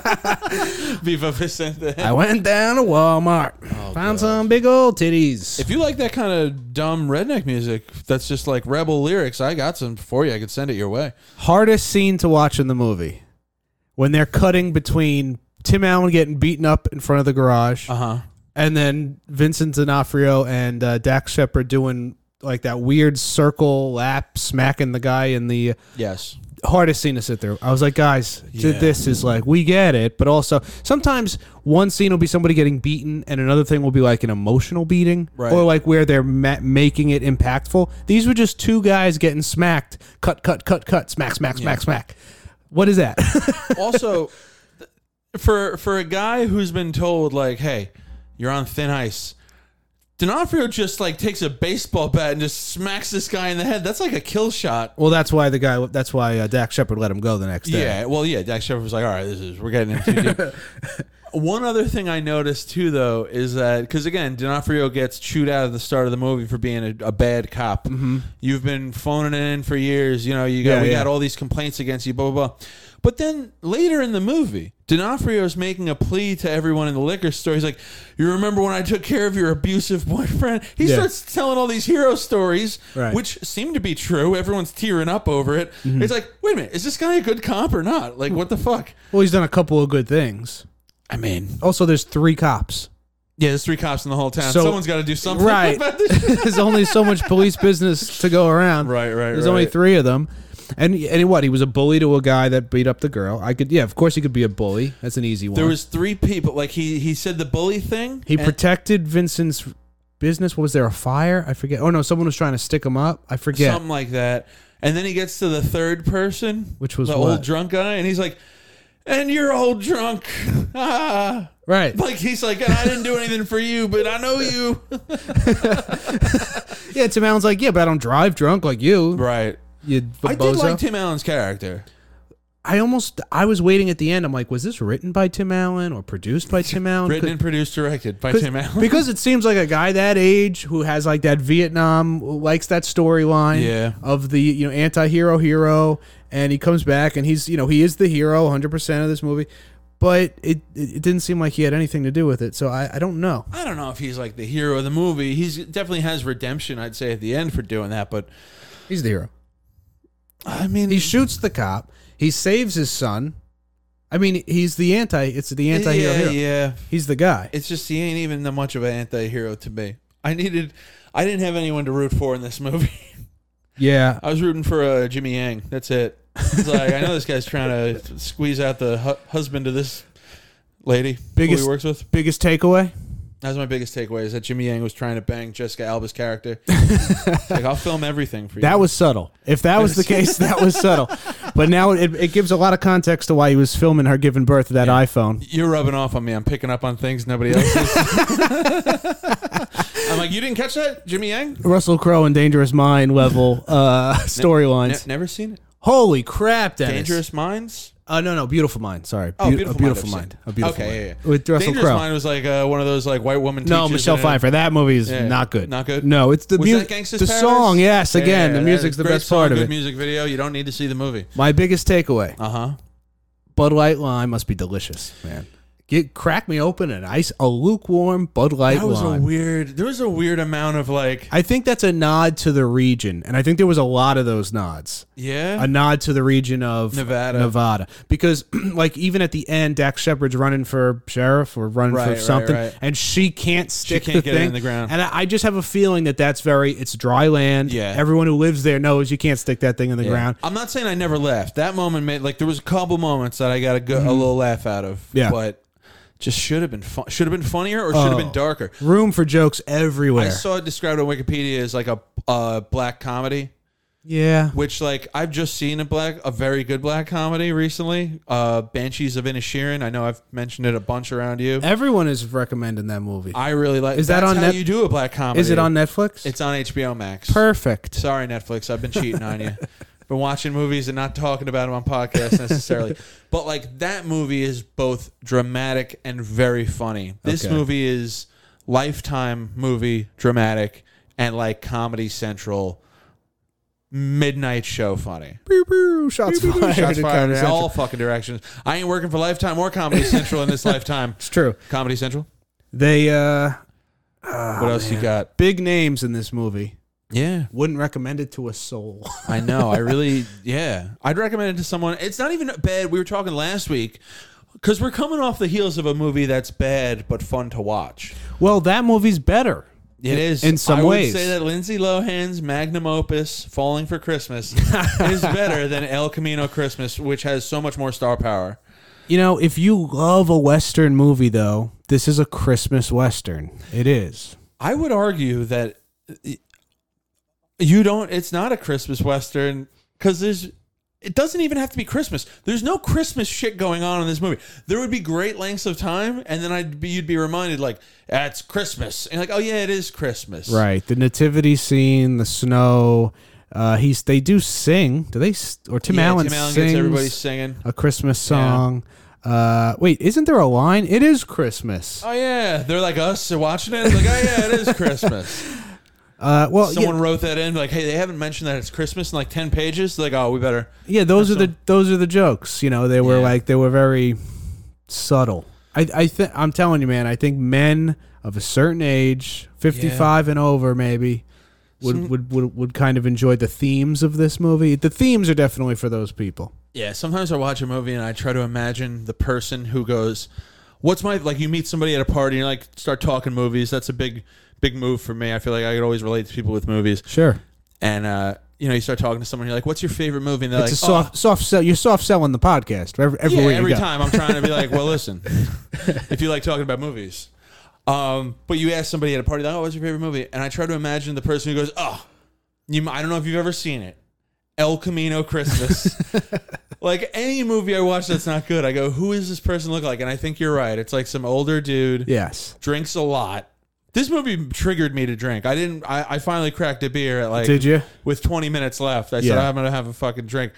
[SPEAKER 2] Viva Vicente.
[SPEAKER 1] I went down to Walmart,
[SPEAKER 2] Oh,
[SPEAKER 1] found some big old titties.
[SPEAKER 2] If you like that kind of dumb redneck music that's just like rebel lyrics, I got some for you. I could send it your way.
[SPEAKER 1] Hardest scene to watch in the movie when they're cutting between Tim Allen getting beaten up in front of the garage,
[SPEAKER 2] Uh huh.
[SPEAKER 1] and then Vincent D'Onofrio and uh, Dax Shepard doing like that weird circle lap, smacking the guy in the
[SPEAKER 2] Yes.
[SPEAKER 1] hardest scene to sit through. I was like, guys, th-
[SPEAKER 2] Yeah.
[SPEAKER 1] this is like we get it, but also sometimes one scene will be somebody getting beaten, and another thing will be like an emotional beating,
[SPEAKER 2] Right.
[SPEAKER 1] or like where they're ma- making it impactful. These were just two guys getting smacked, cut, cut, cut, cut, smack, smack, smack, smack. What is that?
[SPEAKER 2] also th- for for a guy who's been told like hey you're on thin ice D'Onofrio just like takes a baseball bat and just smacks this guy in the head. That's like a kill shot.
[SPEAKER 1] well, that's why the guy. That's why uh, Dak Shepard let him go the next day.
[SPEAKER 2] Yeah. Well, yeah. Dax Shepard was like, "All right, this is we're getting into." deep." One other thing I noticed too, though, is that because again, D'Onofrio gets chewed out at the start of the movie for being a, a bad cop. You've been phoning it in for years. You know, you got
[SPEAKER 1] Mm-hmm. Yeah,
[SPEAKER 2] we
[SPEAKER 1] yeah.
[SPEAKER 2] got all these complaints against you, blah blah blah. But then later in the movie, D'Onofrio is making a plea to everyone in the liquor store. He's like, "You remember when I took care of your abusive boyfriend?" He
[SPEAKER 1] Yeah.
[SPEAKER 2] starts telling all these hero stories,
[SPEAKER 1] Right. Mm-hmm.
[SPEAKER 2] which seem to be true. Everyone's tearing up over it. It's like, wait a minute, is this guy a good cop or not? Like, what the fuck?
[SPEAKER 1] Well, he's done a couple of good things.
[SPEAKER 2] I mean,
[SPEAKER 1] Also, there's three cops.
[SPEAKER 2] yeah, there's three cops in the whole town.
[SPEAKER 1] So-
[SPEAKER 2] Someone's got to do something
[SPEAKER 1] Right.
[SPEAKER 2] about this.
[SPEAKER 1] there's only so much police business to go around.
[SPEAKER 2] Right, right,
[SPEAKER 1] There's only
[SPEAKER 2] right.
[SPEAKER 1] three of them. And and what? He was a bully to a guy that beat up the girl. I could yeah, of course he could be a bully. That's an easy one.
[SPEAKER 2] There was three people. Like he he said the bully thing.
[SPEAKER 1] he
[SPEAKER 2] and-
[SPEAKER 1] protected Vincent's business. What was there a fire? I forget. Oh no, someone was trying to stick him up. I forget.
[SPEAKER 2] something like that. And then he gets to the third person,
[SPEAKER 1] Which was
[SPEAKER 2] the
[SPEAKER 1] what?
[SPEAKER 2] old drunk guy, and he's like, "And you're old drunk." ah.
[SPEAKER 1] right.
[SPEAKER 2] Like he's like, and I didn't do anything for you, but I know you.
[SPEAKER 1] Yeah, Tim Allen's like, yeah, but I don't drive drunk like you.
[SPEAKER 2] Right.
[SPEAKER 1] You
[SPEAKER 2] I
[SPEAKER 1] bozo.
[SPEAKER 2] did like Tim Allen's character.
[SPEAKER 1] I almost I was waiting at the end. I'm like, was this written by Tim Allen or produced by Tim Allen?
[SPEAKER 2] Written
[SPEAKER 1] Could-
[SPEAKER 2] and produced, directed by
[SPEAKER 1] Because-
[SPEAKER 2] Tim Allen.
[SPEAKER 1] Because it seems like a guy that age who has like that Vietnam likes that storyline
[SPEAKER 2] Yeah.
[SPEAKER 1] of the you know anti-hero hero and he comes back and he's you know he is the hero 100% of this movie but it it it didn't seem like he had anything to do with it so I, I don't know.
[SPEAKER 2] I don't know if he's like the hero of the movie. He's definitely has redemption, I'd say, at the end for doing that. But
[SPEAKER 1] He's the hero.
[SPEAKER 2] I mean,
[SPEAKER 1] He shoots the cop. He saves his son. I mean, he's the anti it's the anti-hero
[SPEAKER 2] yeah,
[SPEAKER 1] hero.
[SPEAKER 2] yeah.
[SPEAKER 1] He's the guy.
[SPEAKER 2] It's just he ain't even that much of an anti-hero to me. I needed, I didn't have anyone to root for in this movie.
[SPEAKER 1] Yeah.
[SPEAKER 2] I was rooting for uh, Jimmy Yang. That's it. It's like I know this guy's trying to squeeze out the hu- husband of this lady who
[SPEAKER 1] Biggest-
[SPEAKER 2] he works with.
[SPEAKER 1] Biggest takeaway?
[SPEAKER 2] That was my biggest takeaway is that Jimmy Yang was trying to bang Jessica Alba's character. like I'll film everything for you.
[SPEAKER 1] That was subtle. If that was the case, that was subtle. But now it, it gives a lot of context to why he was filming her giving birth to that iPhone.
[SPEAKER 2] You're rubbing off on me. I'm picking up on things nobody else is. I'm like, you didn't catch that, Jimmy Yang?
[SPEAKER 1] Russell Crowe and Dangerous Mind level uh,
[SPEAKER 2] Ne-
[SPEAKER 1] storylines.
[SPEAKER 2] never seen it.
[SPEAKER 1] Holy crap, Dennis.
[SPEAKER 2] Dangerous Minds.
[SPEAKER 1] Uh, no, no, Beautiful Mind. Sorry.
[SPEAKER 2] Oh,
[SPEAKER 1] Beau-
[SPEAKER 2] beautiful,
[SPEAKER 1] a Beautiful
[SPEAKER 2] mind.
[SPEAKER 1] Mind. A
[SPEAKER 2] I've seen.
[SPEAKER 1] Beautiful
[SPEAKER 2] okay, yeah,
[SPEAKER 1] Mind.
[SPEAKER 2] yeah.
[SPEAKER 1] With Russell
[SPEAKER 2] Dangerous
[SPEAKER 1] Crowe.
[SPEAKER 2] Mind was like uh, one of those like white woman.
[SPEAKER 1] No,
[SPEAKER 2] teachers
[SPEAKER 1] Michelle
[SPEAKER 2] in it.
[SPEAKER 1] Pfeiffer. That movie is
[SPEAKER 2] Yeah.
[SPEAKER 1] not good.
[SPEAKER 2] Not good?
[SPEAKER 1] No, it's the
[SPEAKER 2] Was
[SPEAKER 1] mu-
[SPEAKER 2] that Gangsta's
[SPEAKER 1] The
[SPEAKER 2] Paradise?
[SPEAKER 1] song, yes.
[SPEAKER 2] Yeah,
[SPEAKER 1] Again,
[SPEAKER 2] yeah,
[SPEAKER 1] the
[SPEAKER 2] that
[SPEAKER 1] music's
[SPEAKER 2] is
[SPEAKER 1] the
[SPEAKER 2] great
[SPEAKER 1] best
[SPEAKER 2] song,
[SPEAKER 1] part of
[SPEAKER 2] good
[SPEAKER 1] it.
[SPEAKER 2] music video. You don't need to see the movie.
[SPEAKER 1] My biggest takeaway:
[SPEAKER 2] Uh huh.
[SPEAKER 1] Bud Light Lime must be delicious, man. Get crack me open an ice a lukewarm Bud Light
[SPEAKER 2] That was
[SPEAKER 1] Lime.
[SPEAKER 2] a weird. There was a weird amount of like,
[SPEAKER 1] I think that's a nod to the region, and I think there was a lot of those nods.
[SPEAKER 2] yeah,
[SPEAKER 1] A nod to the region of
[SPEAKER 2] Nevada.
[SPEAKER 1] Nevada, because like even at the end, Dax Shepard's running for sheriff or running
[SPEAKER 2] Right,
[SPEAKER 1] for
[SPEAKER 2] right,
[SPEAKER 1] something,
[SPEAKER 2] right.
[SPEAKER 1] and she can't stick
[SPEAKER 2] can't
[SPEAKER 1] the
[SPEAKER 2] get it
[SPEAKER 1] thing
[SPEAKER 2] in the ground.
[SPEAKER 1] And I, I just have a feeling that that's very it's dry land.
[SPEAKER 2] Yeah.
[SPEAKER 1] everyone who lives there knows you can't stick that thing in the ground.
[SPEAKER 2] I'm not saying I never laughed. That moment made like there was a couple moments that I got a, good, a little laugh out of.
[SPEAKER 1] Mm-hmm. Yeah.
[SPEAKER 2] but just should have been fun- should have been funnier or should have been
[SPEAKER 1] Oh.
[SPEAKER 2] darker.
[SPEAKER 1] Room for jokes everywhere.
[SPEAKER 2] I saw it described on Wikipedia as like a uh, black comedy,
[SPEAKER 1] yeah.
[SPEAKER 2] which like I've just seen a black a very good black comedy recently. Uh, Banshees of Inisherin. I know I've mentioned it a bunch around you.
[SPEAKER 1] Everyone is recommending that movie.
[SPEAKER 2] I really like.
[SPEAKER 1] Is that
[SPEAKER 2] that's
[SPEAKER 1] on
[SPEAKER 2] how
[SPEAKER 1] Net-
[SPEAKER 2] you do a black comedy?
[SPEAKER 1] is it on Netflix?
[SPEAKER 2] It's on HBO Max.
[SPEAKER 1] perfect.
[SPEAKER 2] Sorry, Netflix. I've been cheating on you. Been watching movies and not talking about them on podcasts necessarily. but like that movie is both dramatic and very funny. This
[SPEAKER 1] Okay.
[SPEAKER 2] movie is lifetime movie dramatic and like Comedy Central midnight show funny.
[SPEAKER 1] Pew, pew, shots fired.
[SPEAKER 2] Shots
[SPEAKER 1] at
[SPEAKER 2] fired
[SPEAKER 1] Comedy
[SPEAKER 2] in
[SPEAKER 1] Central.
[SPEAKER 2] all fucking directions. I ain't working for Lifetime or Comedy Central in this lifetime.
[SPEAKER 1] It's true.
[SPEAKER 2] Comedy Central.
[SPEAKER 1] They uh Ah,
[SPEAKER 2] what else you got?
[SPEAKER 1] big names in this movie.
[SPEAKER 2] Yeah.
[SPEAKER 1] Wouldn't recommend it to a soul.
[SPEAKER 2] I know. I really, yeah. I'd recommend it to someone. It's not even bad. We were talking last week because we're coming off the heels of a movie that's bad but fun to watch.
[SPEAKER 1] well, that movie's better.
[SPEAKER 2] It is
[SPEAKER 1] in some
[SPEAKER 2] I would
[SPEAKER 1] ways.
[SPEAKER 2] say that Lindsay Lohan's magnum opus, Falling for Christmas, is better than El Camino Christmas, which has so much more star power.
[SPEAKER 1] You know, if you love a western movie though, this is a Christmas western. It is.
[SPEAKER 2] I would argue that you don't. It's not a Christmas western because there's. It doesn't even have to be Christmas. There's no Christmas shit going on in this movie. There would be great lengths of time, and then I'd be you'd be reminded like, ah, it's Christmas, and like, oh yeah, it is Christmas.
[SPEAKER 1] Right. The nativity scene, the snow, uh he's they do sing. Do they s- or Tim
[SPEAKER 2] Yeah,
[SPEAKER 1] Allen
[SPEAKER 2] Tim Allen
[SPEAKER 1] sings
[SPEAKER 2] gets everybody singing.
[SPEAKER 1] a Christmas song. Uh wait, isn't there a line? It is Christmas.
[SPEAKER 2] Oh yeah, they're like us they're watching it. Like, oh yeah, it is Christmas.
[SPEAKER 1] Uh well, yeah,
[SPEAKER 2] Someone wrote that in, like, hey, they haven't mentioned that it's Christmas in like ten pages. Like, oh, we better.
[SPEAKER 1] Yeah, those are the those are the jokes. You know, they were
[SPEAKER 2] Yeah.
[SPEAKER 1] like they were very subtle. I I think I'm telling you, man. I think men of a certain age, 55 and over, maybe. Would, would, would would kind of enjoy the themes of this movie. The themes are definitely for those people.
[SPEAKER 2] Yeah, sometimes I watch a movie and I try to imagine the person who goes, "What's my like?" You meet somebody at a party and you like start talking movies. That's a big, big move for me. I feel like I could always relate to people with movies.
[SPEAKER 1] Sure,
[SPEAKER 2] And uh, you know, you start talking to someone, you're like, "What's your favorite movie?" And they're
[SPEAKER 1] it's a
[SPEAKER 2] like, "Oh,
[SPEAKER 1] soft soft sell. You're soft selling the podcast every,
[SPEAKER 2] yeah,
[SPEAKER 1] everywhere you
[SPEAKER 2] every
[SPEAKER 1] go.
[SPEAKER 2] time I'm trying to be like, well, listen, if you like talking about movies, um, but you ask somebody at a party, like, oh, what's your favorite movie? And I try to imagine the person who goes, oh, you, m- I don't know if you've ever seen it, El Camino Christmas. like any movie I watch that's not good, I go, who is this person look like? And I think you're right. It's like some older dude
[SPEAKER 1] Yes.
[SPEAKER 2] drinks a lot. This movie triggered me to drink. I didn't. I, I finally cracked a beer at like
[SPEAKER 1] Did you?
[SPEAKER 2] with 20 minutes left. I said,
[SPEAKER 1] Yeah.
[SPEAKER 2] I'm going to have a fucking drink.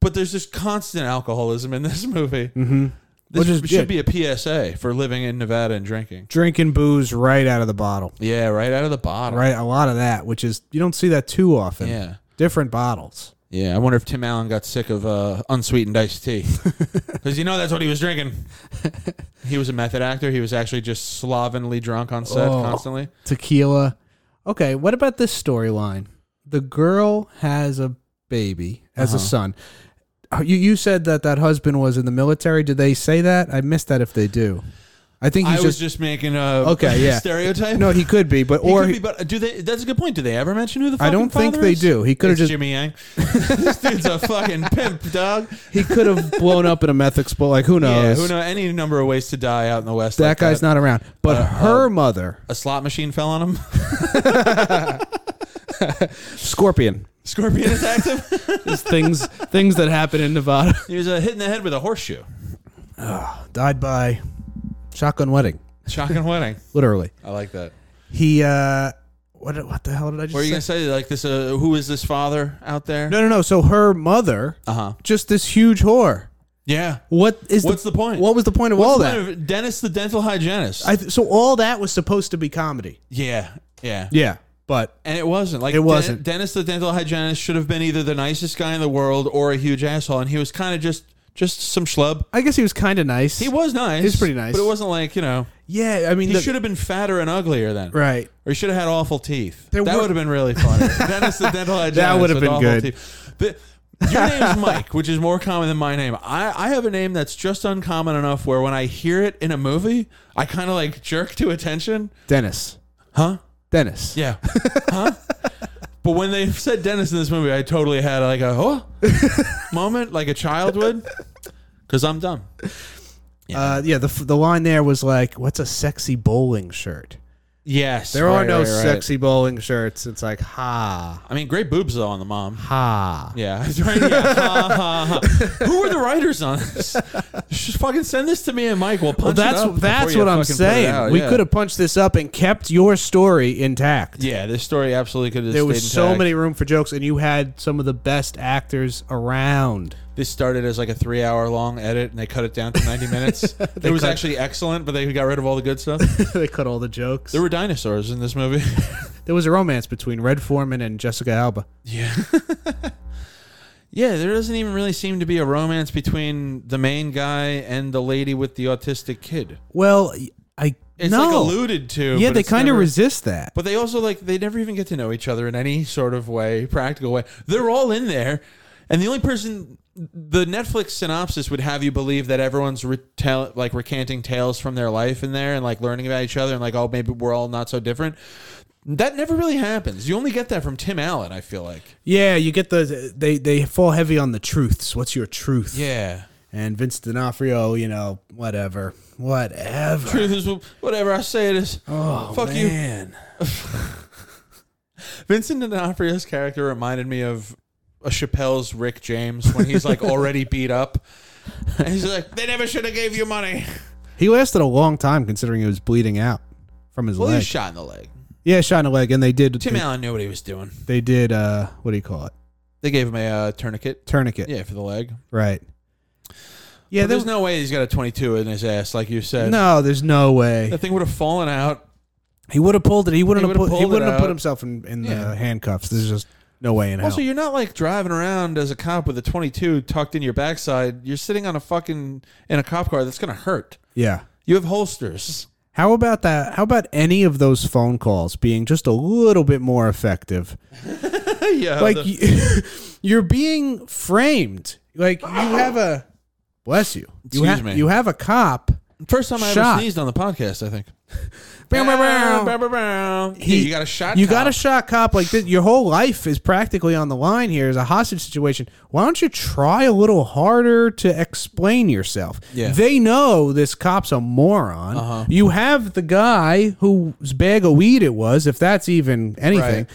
[SPEAKER 2] But there's just constant alcoholism in this movie.
[SPEAKER 1] Mm-hmm.
[SPEAKER 2] This
[SPEAKER 1] Which is
[SPEAKER 2] should be a PSA for living in Nevada and drinking.
[SPEAKER 1] Drinking booze right out of the bottle.
[SPEAKER 2] Yeah, right out of the bottle.
[SPEAKER 1] Right, a lot of that, which is you don't see that too often.
[SPEAKER 2] Yeah.
[SPEAKER 1] Different bottles.
[SPEAKER 2] Yeah, I wonder if Tim Allen got sick of uh, unsweetened iced tea. Because you know that's what he was drinking. he was a method actor. He was actually just slovenly drunk on set
[SPEAKER 1] Oh.
[SPEAKER 2] constantly.
[SPEAKER 1] tequila. Okay, what about this storyline? The girl has a baby, has
[SPEAKER 2] Uh-huh.
[SPEAKER 1] a son. Uh, You you said that that husband was in the military. Did they say that? I missed that. If they do, I think
[SPEAKER 2] I
[SPEAKER 1] he's
[SPEAKER 2] was
[SPEAKER 1] just,
[SPEAKER 2] just making a
[SPEAKER 1] Okay, yeah.
[SPEAKER 2] stereotype.
[SPEAKER 1] no. He could be, but
[SPEAKER 2] He
[SPEAKER 1] or
[SPEAKER 2] could
[SPEAKER 1] he-
[SPEAKER 2] be, but do they? That's a good point. Do they ever mention who the?
[SPEAKER 1] I
[SPEAKER 2] Fucking
[SPEAKER 1] don't think
[SPEAKER 2] father
[SPEAKER 1] they
[SPEAKER 2] is?
[SPEAKER 1] do. He could have
[SPEAKER 2] It's
[SPEAKER 1] just
[SPEAKER 2] Jimmy Yang. this dude's a fucking pimp, dog.
[SPEAKER 1] he could have blown up in a meth explosion. Like who knows?
[SPEAKER 2] Yeah, who knows? Any number of ways to die out in the West.
[SPEAKER 1] Oh, That
[SPEAKER 2] like uh,
[SPEAKER 1] guy's not around. But her mother,
[SPEAKER 2] A slot machine fell on him.
[SPEAKER 1] Scorpion.
[SPEAKER 2] Scorpion attacked him.
[SPEAKER 1] It's things things that happen in Nevada.
[SPEAKER 2] he was uh, hit in the head with a horseshoe.
[SPEAKER 1] Died by shotgun wedding,
[SPEAKER 2] Shocking wedding.
[SPEAKER 1] literally.
[SPEAKER 2] I like that.
[SPEAKER 1] He uh, what what the hell did I just?
[SPEAKER 2] What are you
[SPEAKER 1] say?
[SPEAKER 2] gonna say? Like this? Uh, who is this father out there?
[SPEAKER 1] No, no, no. So her mother,
[SPEAKER 2] Uh huh.
[SPEAKER 1] just this huge whore.
[SPEAKER 2] Yeah.
[SPEAKER 1] What is
[SPEAKER 2] What's the point?
[SPEAKER 1] What was Uh-huh. the point of all that?
[SPEAKER 2] Kind of Dennis, the dental hygienist.
[SPEAKER 1] I th- so all that was supposed to be comedy.
[SPEAKER 2] yeah. Yeah.
[SPEAKER 1] Yeah, but
[SPEAKER 2] And it wasn't like
[SPEAKER 1] It wasn't.
[SPEAKER 2] Den- Dennis, the dental hygienist, should have been either the nicest guy in the world or a huge asshole, and he was kind of just just some schlub.
[SPEAKER 1] I guess he was kind of nice.
[SPEAKER 2] He was nice.
[SPEAKER 1] He's pretty nice.
[SPEAKER 2] but it wasn't like you know.
[SPEAKER 1] Yeah, I mean,
[SPEAKER 2] He
[SPEAKER 1] the-
[SPEAKER 2] should have been fatter and uglier then.
[SPEAKER 1] right.
[SPEAKER 2] Or he should have had awful teeth.
[SPEAKER 1] There
[SPEAKER 2] that
[SPEAKER 1] were-
[SPEAKER 2] would have been really funny. Dennis the dental hygienist.
[SPEAKER 1] would have
[SPEAKER 2] with
[SPEAKER 1] been
[SPEAKER 2] awful
[SPEAKER 1] good.
[SPEAKER 2] Teeth. But your name's Mike, which is more common than my name. I, I have a name that's just uncommon enough where when I hear it in a movie, I kind of like jerk to attention.
[SPEAKER 1] Dennis,
[SPEAKER 2] Huh?
[SPEAKER 1] Dennis.
[SPEAKER 2] Yeah. huh? But when they said Dennis in this movie, I totally had like a oh moment, like a child would, because I'm dumb.
[SPEAKER 1] Yeah, uh, yeah the, f- the line there was like, what's a sexy bowling shirt?
[SPEAKER 2] Yes,
[SPEAKER 1] There are
[SPEAKER 2] right,
[SPEAKER 1] no
[SPEAKER 2] right, right.
[SPEAKER 1] sexy bowling shirts. It's like, ha,
[SPEAKER 2] I mean, great boobs though on the mom.
[SPEAKER 1] ha.
[SPEAKER 2] Yeah, that's right, yeah. Ha, ha, ha. Who were the writers on this? Just fucking send this to me and Mike. We'll
[SPEAKER 1] Well,
[SPEAKER 2] punch it up
[SPEAKER 1] that's
[SPEAKER 2] before
[SPEAKER 1] that's
[SPEAKER 2] you
[SPEAKER 1] what I'm
[SPEAKER 2] fucking put it
[SPEAKER 1] saying.
[SPEAKER 2] out,
[SPEAKER 1] we
[SPEAKER 2] yeah.
[SPEAKER 1] could have punched this up and kept your story intact.
[SPEAKER 2] Yeah, this story absolutely could have.
[SPEAKER 1] there
[SPEAKER 2] stayed
[SPEAKER 1] was so
[SPEAKER 2] intact.
[SPEAKER 1] many room for jokes, and you had some of the best actors around.
[SPEAKER 2] This started as like a three-hour-long edit, and they cut it down to 90 minutes. it
[SPEAKER 1] They
[SPEAKER 2] was
[SPEAKER 1] cut-
[SPEAKER 2] actually excellent, but they got rid of all the good stuff.
[SPEAKER 1] they cut all the jokes.
[SPEAKER 2] There were dinosaurs in this movie.
[SPEAKER 1] There was a romance between Red Foreman and Jessica Alba.
[SPEAKER 2] Yeah. yeah, there doesn't even really seem to be a romance between the main guy and the lady with the autistic kid.
[SPEAKER 1] Well, I
[SPEAKER 2] It's
[SPEAKER 1] no.
[SPEAKER 2] like alluded to.
[SPEAKER 1] yeah,
[SPEAKER 2] but
[SPEAKER 1] they
[SPEAKER 2] it's
[SPEAKER 1] kind of
[SPEAKER 2] never-
[SPEAKER 1] resist that.
[SPEAKER 2] But they also like they never even get to know each other in any sort of way, practical way. They're all in there, and the only person the Netflix synopsis would have you believe that everyone's retell like recanting tales from their life in there and like learning about each other and like oh maybe we're all not so different. That never really happens. You only get that from Tim Allen. I feel like.
[SPEAKER 1] yeah, you get the they they fall heavy on the truths. What's your truth?
[SPEAKER 2] Yeah.
[SPEAKER 1] And Vince D'Onofrio, you know, whatever, whatever.
[SPEAKER 2] Truth is whatever I say it is.
[SPEAKER 1] Oh
[SPEAKER 2] Fuck you.
[SPEAKER 1] man.
[SPEAKER 2] Vincent D'Onofrio's character reminded me of a Chappelle's Rick James when he's like already beat up. And he's like, they never should have gave you money.
[SPEAKER 1] He lasted a long time considering he was bleeding out from his
[SPEAKER 2] Well, he
[SPEAKER 1] leg.
[SPEAKER 2] was shot in the leg.
[SPEAKER 1] yeah, shot in the leg, and they did.
[SPEAKER 2] Tim
[SPEAKER 1] they,
[SPEAKER 2] Allen knew what he was doing.
[SPEAKER 1] they did. Uh, what do you call it?
[SPEAKER 2] They gave him a uh, tourniquet.
[SPEAKER 1] Tourniquet.
[SPEAKER 2] Yeah, for the leg.
[SPEAKER 1] Right. Yeah. there-
[SPEAKER 2] But there's no way he's got a 22 in his ass, like you said.
[SPEAKER 1] no, there's no way.
[SPEAKER 2] That thing would have fallen out.
[SPEAKER 1] He would have pulled it. He wouldn't
[SPEAKER 2] He
[SPEAKER 1] have
[SPEAKER 2] would've
[SPEAKER 1] put. He
[SPEAKER 2] pulled it
[SPEAKER 1] wouldn't have
[SPEAKER 2] out.
[SPEAKER 1] put himself in, in
[SPEAKER 2] Yeah.
[SPEAKER 1] the handcuffs. There's just no way in hell.
[SPEAKER 2] Also, you're not like driving around as a cop with a 22 tucked in your backside. You're sitting on a fucking in a cop car that's gonna hurt.
[SPEAKER 1] yeah.
[SPEAKER 2] You have holsters.
[SPEAKER 1] How about that? How about any of those phone calls being just a little bit more effective?
[SPEAKER 2] yeah,
[SPEAKER 1] like
[SPEAKER 2] the-
[SPEAKER 1] y- you're being framed. Like you have a bless you. You
[SPEAKER 2] Excuse
[SPEAKER 1] have
[SPEAKER 2] me.
[SPEAKER 1] you have a cop.
[SPEAKER 2] First time I
[SPEAKER 1] Shot.
[SPEAKER 2] ever sneezed on the podcast, I think.
[SPEAKER 1] Bow, bow, bow.
[SPEAKER 2] Bow, bow, bow.
[SPEAKER 1] He-
[SPEAKER 2] Yeah, you got a shot.
[SPEAKER 1] You
[SPEAKER 2] cop.
[SPEAKER 1] got a shot cop like this. Your whole life is practically on the line here as a hostage situation. Why don't you try a little harder to explain yourself?
[SPEAKER 2] Yeah.
[SPEAKER 1] They know this cop's a moron.
[SPEAKER 2] Uh-huh.
[SPEAKER 1] You have the guy whose bag of weed it was, if that's even anything.
[SPEAKER 2] Right.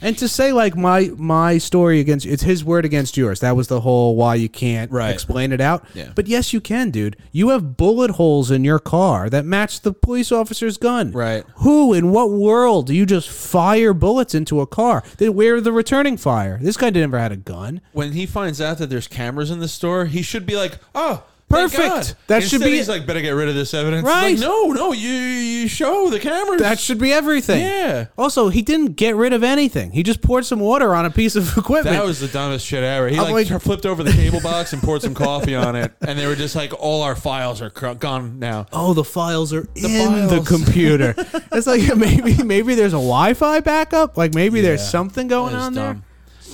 [SPEAKER 1] And to say like my my story against it's his word against yours. That was the whole why you can't
[SPEAKER 2] Right.
[SPEAKER 1] explain it out.
[SPEAKER 2] Yeah.
[SPEAKER 1] But yes, you can, dude. You have bullet holes in your car that match the police officer's gun.
[SPEAKER 2] Right.
[SPEAKER 1] Who in what world do you just fire bullets into a car? They where the returning fire? This guy never had a gun.
[SPEAKER 2] When he finds out that there's cameras in the store, he should be like, "Oh, thank
[SPEAKER 1] Perfect.
[SPEAKER 2] God."
[SPEAKER 1] That should
[SPEAKER 2] Instead,
[SPEAKER 1] be-
[SPEAKER 2] He's like, "Better get rid of this evidence."
[SPEAKER 1] Right.
[SPEAKER 2] Like, no, no. You you show the cameras.
[SPEAKER 1] That should be everything.
[SPEAKER 2] yeah.
[SPEAKER 1] Also, he didn't get rid of anything. He just poured some water on a piece of equipment.
[SPEAKER 2] That was the dumbest shit ever. He
[SPEAKER 1] I'm
[SPEAKER 2] like,
[SPEAKER 1] like-
[SPEAKER 2] flipped over the cable box and poured some coffee on it, and they were just like, "All our files are cr- gone now."
[SPEAKER 1] oh, the files are in the
[SPEAKER 2] files.
[SPEAKER 1] computer. it's like maybe maybe there's a Wi-Fi backup. Like maybe there's
[SPEAKER 2] Yeah.
[SPEAKER 1] something going
[SPEAKER 2] That is
[SPEAKER 1] on there.
[SPEAKER 2] dumb.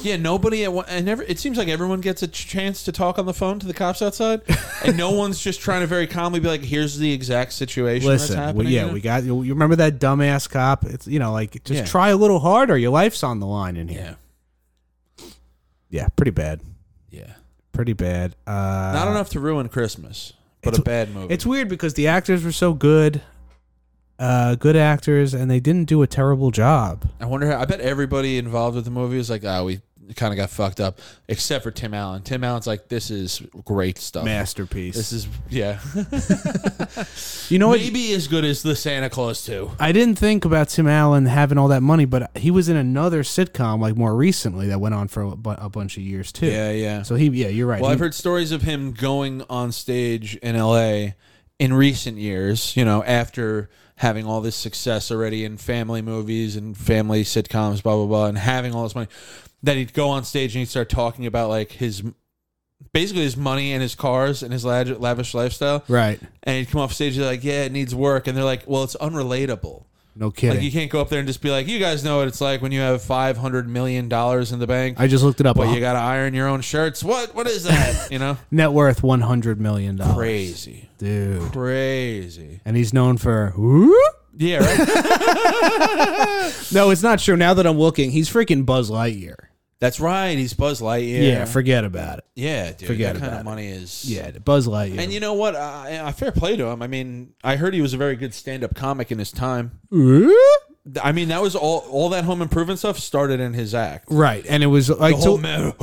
[SPEAKER 2] Yeah, nobody at one, and never. It seems like everyone gets a ch- chance to talk on the phone to the cops outside, and no one's just trying to very calmly be like, "Here's the exact situation
[SPEAKER 1] Listen,
[SPEAKER 2] that's happening."
[SPEAKER 1] we, yeah,
[SPEAKER 2] now."
[SPEAKER 1] we got you. Remember that dumbass cop? It's you know like just
[SPEAKER 2] Yeah.
[SPEAKER 1] try a little harder. Your life's on the line in here.
[SPEAKER 2] yeah,
[SPEAKER 1] Yeah, pretty bad.
[SPEAKER 2] yeah.
[SPEAKER 1] Pretty bad. Uh,
[SPEAKER 2] Not enough to ruin Christmas, but a bad movie.
[SPEAKER 1] It's weird because the actors were so good, uh, good actors, and they didn't do a terrible job.
[SPEAKER 2] I wonder. how I bet everybody involved with the movie is like, "Ah, we kind of got fucked up," except for Tim Allen. Tim Allen's like, "This is great stuff.
[SPEAKER 1] Masterpiece.
[SPEAKER 2] This is yeah,
[SPEAKER 1] you know what?
[SPEAKER 2] maybe as good as the Santa Claus too."
[SPEAKER 1] I didn't think about Tim Allen having all that money, but he was in another sitcom like more recently that went on for a, bu- a bunch of years too.
[SPEAKER 2] Yeah, yeah.
[SPEAKER 1] So he, yeah, you're right.
[SPEAKER 2] Well,
[SPEAKER 1] He-
[SPEAKER 2] I've heard stories of him going on stage in LA in recent years, you know, after having all this success already in family movies and family sitcoms, blah, blah, blah, and having all this money, that he'd go on stage and he'd start talking about like his basically his money and his cars and his lav- lavish lifestyle.
[SPEAKER 1] right.
[SPEAKER 2] And he'd come off stage and like, yeah, it needs work. And they're like, well, it's unrelatable.
[SPEAKER 1] No
[SPEAKER 2] Like,
[SPEAKER 1] kidding.
[SPEAKER 2] you can't go up there and just be like, you guys know what it's like when you have $500 million in the bank.
[SPEAKER 1] I just looked it up.
[SPEAKER 2] But
[SPEAKER 1] Uh,
[SPEAKER 2] you got to iron your own shirts. What? What is that? You know?
[SPEAKER 1] Net worth one hundred million dollars.
[SPEAKER 2] Crazy.
[SPEAKER 1] dude.
[SPEAKER 2] Crazy.
[SPEAKER 1] And he's known for.
[SPEAKER 2] Yeah, right?
[SPEAKER 1] No, it's not true. Now that I'm looking, he's freaking Buzz Lightyear.
[SPEAKER 2] That's right. He's Buzz Lightyear.
[SPEAKER 1] Yeah, forget about it.
[SPEAKER 2] yeah, dude.
[SPEAKER 1] forget
[SPEAKER 2] that kind
[SPEAKER 1] about
[SPEAKER 2] of
[SPEAKER 1] it.
[SPEAKER 2] money is
[SPEAKER 1] Yeah, Buzz Lightyear.
[SPEAKER 2] And you know what? I, I fair play to him. I mean, I heard he was a very good stand-up comic in his time. Th- I mean, that was all all that home improvement stuff started in his act.
[SPEAKER 1] right, and it was like
[SPEAKER 2] The
[SPEAKER 1] so-
[SPEAKER 2] whole man-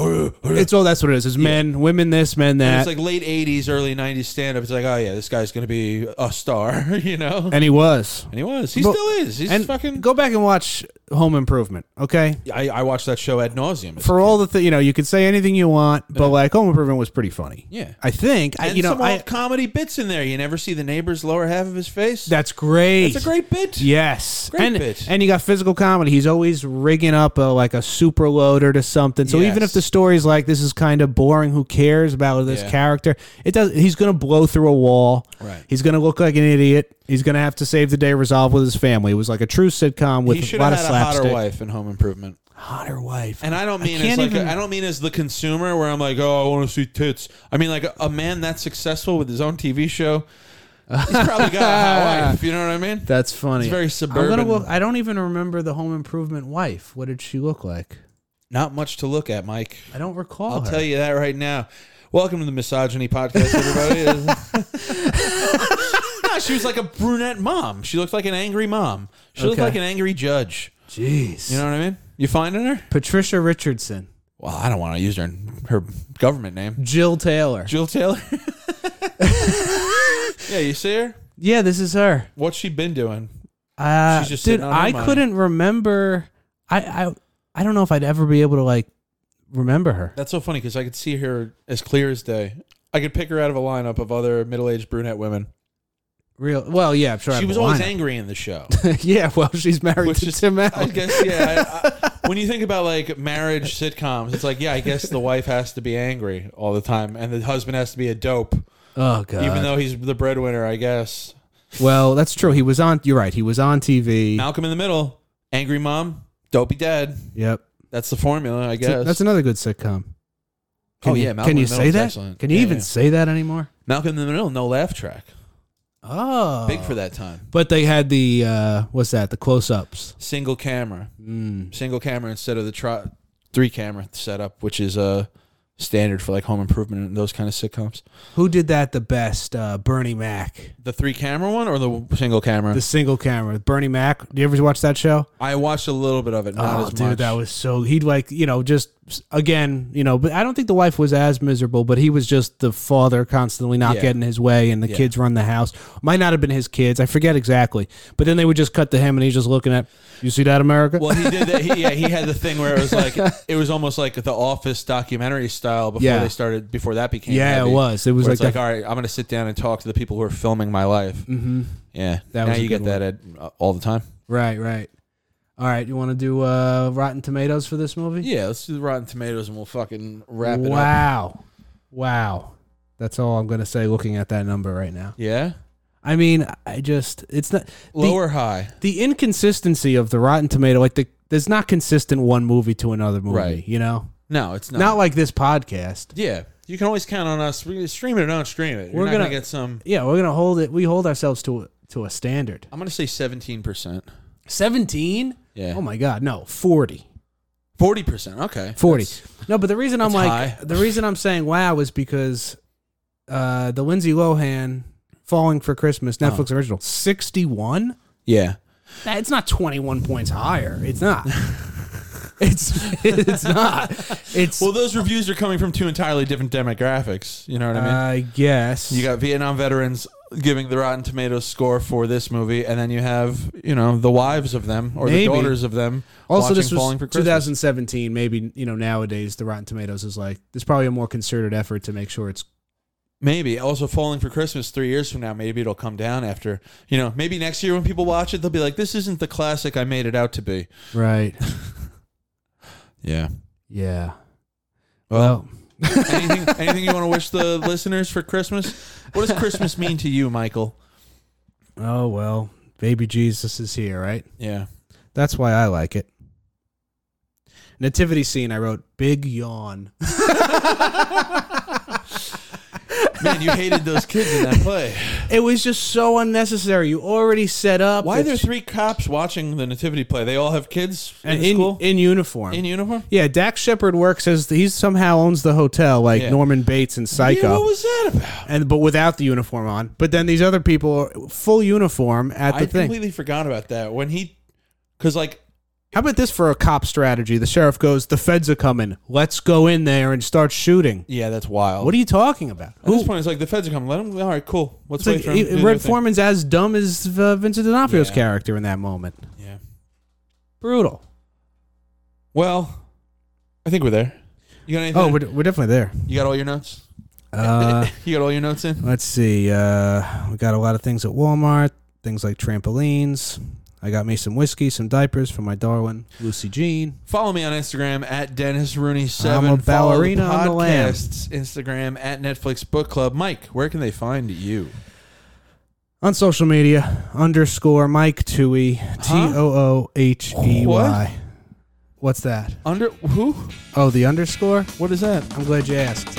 [SPEAKER 1] it's all that's what it is. It's men, women, this, men, that.
[SPEAKER 2] It's like late '80s, early '90s stand-up. It's like, oh yeah, this guy's gonna be a star, you know?
[SPEAKER 1] and he was.
[SPEAKER 2] And he was. He
[SPEAKER 1] But-
[SPEAKER 2] still is. He's
[SPEAKER 1] and
[SPEAKER 2] fucking.
[SPEAKER 1] go back and watch Home Improvement, okay?
[SPEAKER 2] I, I watched that show ad nauseum.
[SPEAKER 1] For all the th- you know, you could say anything you want, but like Home Improvement was pretty funny.
[SPEAKER 2] Yeah.
[SPEAKER 1] I think I,
[SPEAKER 2] and
[SPEAKER 1] you know
[SPEAKER 2] some
[SPEAKER 1] I,
[SPEAKER 2] old comedy bits in there. You never see the neighbor's lower half of his face.
[SPEAKER 1] that's great.
[SPEAKER 2] That's a great bit.
[SPEAKER 1] Yes,
[SPEAKER 2] Great
[SPEAKER 1] and
[SPEAKER 2] pitch.
[SPEAKER 1] and you got physical comedy. He's always rigging up a, like a super loader to something. So even
[SPEAKER 2] Yes.
[SPEAKER 1] if the story's like this is kind of boring, who cares about this
[SPEAKER 2] Yeah.
[SPEAKER 1] character? It does. He's gonna blow through a wall.
[SPEAKER 2] Right.
[SPEAKER 1] He's gonna look like an idiot. He's gonna have to save the day, resolve with his family. It was like a true sitcom
[SPEAKER 2] He
[SPEAKER 1] with a
[SPEAKER 2] should have
[SPEAKER 1] lot of
[SPEAKER 2] had a hotter
[SPEAKER 1] slapstick.
[SPEAKER 2] wife in Home Improvement.
[SPEAKER 1] Hotter wife.
[SPEAKER 2] And I don't mean as
[SPEAKER 1] can't
[SPEAKER 2] like
[SPEAKER 1] even-
[SPEAKER 2] a, I don't mean as the consumer where I'm like, oh, I want to see tits. I mean like a, a man that's successful with his own TV show. He's probably got a hot wife. You know what I mean?
[SPEAKER 1] That's funny.
[SPEAKER 2] It's very
[SPEAKER 1] I'm
[SPEAKER 2] suburban.
[SPEAKER 1] gonna look, I don't even remember the Home Improvement wife. What did she look like?
[SPEAKER 2] Not much to look at, Mike.
[SPEAKER 1] I don't recall.
[SPEAKER 2] I'll
[SPEAKER 1] her.
[SPEAKER 2] tell you that right now. Welcome to the misogyny podcast, everybody. no, she was like a brunette mom. She looked like an angry mom. She looked
[SPEAKER 1] Okay.
[SPEAKER 2] like an angry judge.
[SPEAKER 1] Jeez.
[SPEAKER 2] You know what I mean? You finding her?
[SPEAKER 1] Patricia Richardson,
[SPEAKER 2] Well, I don't want to use her her government name.
[SPEAKER 1] Jill Taylor.
[SPEAKER 2] Jill Taylor. yeah, you see her?
[SPEAKER 1] yeah, this is her.
[SPEAKER 2] What's she been doing?
[SPEAKER 1] Uh,
[SPEAKER 2] She's just
[SPEAKER 1] dude,
[SPEAKER 2] sitting on her
[SPEAKER 1] I
[SPEAKER 2] money.
[SPEAKER 1] couldn't remember. I, I I don't know if I'd ever be able to like remember her.
[SPEAKER 2] That's so funny because I could see her as clear as day. I could pick her out of a lineup of other middle-aged brunette women.
[SPEAKER 1] Real well, yeah, I'm sure.
[SPEAKER 2] She
[SPEAKER 1] I'd
[SPEAKER 2] was
[SPEAKER 1] be
[SPEAKER 2] always
[SPEAKER 1] lying.
[SPEAKER 2] angry in the show.
[SPEAKER 1] yeah, well, she's married
[SPEAKER 2] Which
[SPEAKER 1] to
[SPEAKER 2] is-
[SPEAKER 1] Tim
[SPEAKER 2] I
[SPEAKER 1] Allen.
[SPEAKER 2] guess yeah. I, I, when you think about like marriage sitcoms, it's like yeah, I guess the wife has to be angry all the time, and the husband has to be a dope,
[SPEAKER 1] Oh god.
[SPEAKER 2] even though he's the breadwinner. I guess
[SPEAKER 1] well, that's true. He was on. You're right. He was on TV.
[SPEAKER 2] Malcolm in the Middle, angry mom, dopey dad.
[SPEAKER 1] Yep.
[SPEAKER 2] That's the formula, I guess.
[SPEAKER 1] That's another good sitcom. Can
[SPEAKER 2] Oh,
[SPEAKER 1] you,
[SPEAKER 2] yeah, Malcolm
[SPEAKER 1] Can you
[SPEAKER 2] in the
[SPEAKER 1] say
[SPEAKER 2] Middle's
[SPEAKER 1] that?
[SPEAKER 2] excellent.
[SPEAKER 1] Can you
[SPEAKER 2] Yeah,
[SPEAKER 1] even
[SPEAKER 2] yeah.
[SPEAKER 1] say that anymore?
[SPEAKER 2] Malcolm in the Middle, no laugh track.
[SPEAKER 1] Oh,
[SPEAKER 2] Big for that time.
[SPEAKER 1] But they had the uh, what's that? The close-ups.
[SPEAKER 2] Single camera,
[SPEAKER 1] Hmm.
[SPEAKER 2] single camera instead of the tri- three camera setup, which is a uh, standard for like Home Improvement and those kind of sitcoms.
[SPEAKER 1] Who did that the best? Uh, Bernie Mac.
[SPEAKER 2] The three camera one or the single camera?
[SPEAKER 1] The single camera. Bernie Mac. Do you ever watch that show?
[SPEAKER 2] I watched a little bit of it. Not
[SPEAKER 1] Oh,
[SPEAKER 2] as
[SPEAKER 1] dude,
[SPEAKER 2] much.
[SPEAKER 1] that was so. He'd like, you know, just again, you know, but I don't think the wife was as miserable, but he was just the father constantly not
[SPEAKER 2] Yeah.
[SPEAKER 1] getting his way, and the
[SPEAKER 2] Yeah.
[SPEAKER 1] kids run the house. Might not have been his kids, I forget exactly. But then they would just cut to him, and he's just looking at, you see that America?
[SPEAKER 2] Well, he did that. He, yeah, he had the thing where it was like it was almost like the Office documentary style before
[SPEAKER 1] Yeah.
[SPEAKER 2] they started before that became.
[SPEAKER 1] Yeah, it
[SPEAKER 2] heavy,
[SPEAKER 1] was. It was
[SPEAKER 2] where
[SPEAKER 1] like
[SPEAKER 2] it's like,
[SPEAKER 1] that-
[SPEAKER 2] all right, I'm going to sit down and talk to the people who are filming my life. Mm-hmm. Yeah,
[SPEAKER 1] That
[SPEAKER 2] now
[SPEAKER 1] was a
[SPEAKER 2] you
[SPEAKER 1] good
[SPEAKER 2] get that at, uh, all the time.
[SPEAKER 1] right, right. All right, you want to do uh, Rotten Tomatoes for this movie?
[SPEAKER 2] Yeah, let's do the Rotten Tomatoes and we'll fucking wrap it up.
[SPEAKER 1] wow, wow. That's all I'm gonna say. Looking at that number right now,
[SPEAKER 2] Yeah,
[SPEAKER 1] I mean, I just it's not the-
[SPEAKER 2] low or high.
[SPEAKER 1] the inconsistency of the Rotten Tomato, like the there's not consistent one movie to another movie.
[SPEAKER 2] Right.
[SPEAKER 1] You know,
[SPEAKER 2] No, it's not.
[SPEAKER 1] not like this podcast.
[SPEAKER 2] yeah, you can always count on us. We stream it or don't stream it. You're
[SPEAKER 1] We're
[SPEAKER 2] not gonna,
[SPEAKER 1] gonna-
[SPEAKER 2] get some.
[SPEAKER 1] Yeah, we're gonna hold it. We hold ourselves to a, to a standard.
[SPEAKER 2] I'm gonna say 17 percent.
[SPEAKER 1] Seventeen.
[SPEAKER 2] Yeah.
[SPEAKER 1] Oh my God, no, forty.
[SPEAKER 2] 40%. Okay.
[SPEAKER 1] 40. No, but the reason I'm
[SPEAKER 2] that's
[SPEAKER 1] like
[SPEAKER 2] high.
[SPEAKER 1] the reason I'm saying wow is because uh the Lindsay Lohan Falling for Christmas
[SPEAKER 2] Uh-huh.
[SPEAKER 1] Netflix original 61.
[SPEAKER 2] Yeah.
[SPEAKER 1] That- It's not 21 points higher. It's not. it's it's not. It's
[SPEAKER 2] Well, those reviews are coming from two entirely different demographics. You know what I mean?
[SPEAKER 1] I guess
[SPEAKER 2] you got Vietnam veterans giving the Rotten Tomatoes score for this movie, and then you have you know the wives of them or
[SPEAKER 1] Maybe.
[SPEAKER 2] the daughters of them.
[SPEAKER 1] Also,
[SPEAKER 2] watching
[SPEAKER 1] this was
[SPEAKER 2] Falling for Christmas.
[SPEAKER 1] 2017. Maybe you know nowadays the Rotten Tomatoes is like there's probably a more concerted effort to make sure it's
[SPEAKER 2] Maybe also Falling for Christmas three years from now. Maybe it'll come down after you know. Maybe next year when people watch it, they'll be like, "This isn't the classic I made it out to be."
[SPEAKER 1] right.
[SPEAKER 2] Yeah.
[SPEAKER 1] Yeah.
[SPEAKER 2] Well,
[SPEAKER 1] Well,
[SPEAKER 2] anything, anything you want to wish the listeners for Christmas? What does Christmas mean to you, Michael?
[SPEAKER 1] oh well, baby Jesus is here, right?
[SPEAKER 2] Yeah.
[SPEAKER 1] That's why I like it. Nativity scene. I wrote big yawn.
[SPEAKER 2] Man, you hated those kids in that play.
[SPEAKER 1] It was just so unnecessary. You already set up.
[SPEAKER 2] Why are there
[SPEAKER 1] that-
[SPEAKER 2] three cops watching the nativity play? They all have kids in
[SPEAKER 1] and
[SPEAKER 2] the
[SPEAKER 1] in,
[SPEAKER 2] school
[SPEAKER 1] in uniform?
[SPEAKER 2] in uniform.
[SPEAKER 1] yeah, Dax Shepard works as he somehow owns the hotel, like
[SPEAKER 2] Yeah.
[SPEAKER 1] Norman Bates and Psycho.
[SPEAKER 2] Yeah, what was that about?
[SPEAKER 1] and but without the uniform on. But then these other people are full uniform at the
[SPEAKER 2] I
[SPEAKER 1] thing.
[SPEAKER 2] completely forgot about that when he, because like
[SPEAKER 1] How about this for a cop strategy? The sheriff goes, "The feds are coming. Let's go in there and start shooting."
[SPEAKER 2] yeah, that's wild.
[SPEAKER 1] What are you talking about?
[SPEAKER 2] At this point, it's like the feds are coming. Let them. All right, cool. Let's
[SPEAKER 1] It's like,
[SPEAKER 2] wait for 'em to do
[SPEAKER 1] he-
[SPEAKER 2] their
[SPEAKER 1] Red
[SPEAKER 2] thing.
[SPEAKER 1] Foreman's as dumb as uh, Vincent D'Onofrio's
[SPEAKER 2] Yeah.
[SPEAKER 1] character in that moment.
[SPEAKER 2] Yeah.
[SPEAKER 1] Brutal.
[SPEAKER 2] Well, I think we're there. You got anything?
[SPEAKER 1] Oh, we're, we're definitely there.
[SPEAKER 2] you got all your notes.
[SPEAKER 1] Uh,
[SPEAKER 2] you got all your notes in.
[SPEAKER 1] let's see. Uh, we got a lot of things at Walmart. Things like trampolines. I got me some whiskey, some diapers for my darling Lucy Jean.
[SPEAKER 2] Follow me on Instagram at Dennis Rooney
[SPEAKER 1] I'm
[SPEAKER 2] Seven.
[SPEAKER 1] a ballerina
[SPEAKER 2] Follow
[SPEAKER 1] on the lam.
[SPEAKER 2] podcast's Instagram at Netflix Book Club. Mike, where can they find you?
[SPEAKER 1] On social media, underscore Mike Toohey, T O O H E
[SPEAKER 2] What?
[SPEAKER 1] Y. What's that?
[SPEAKER 2] Under who?
[SPEAKER 1] Oh, the underscore?
[SPEAKER 2] What is that?
[SPEAKER 1] I'm glad you asked.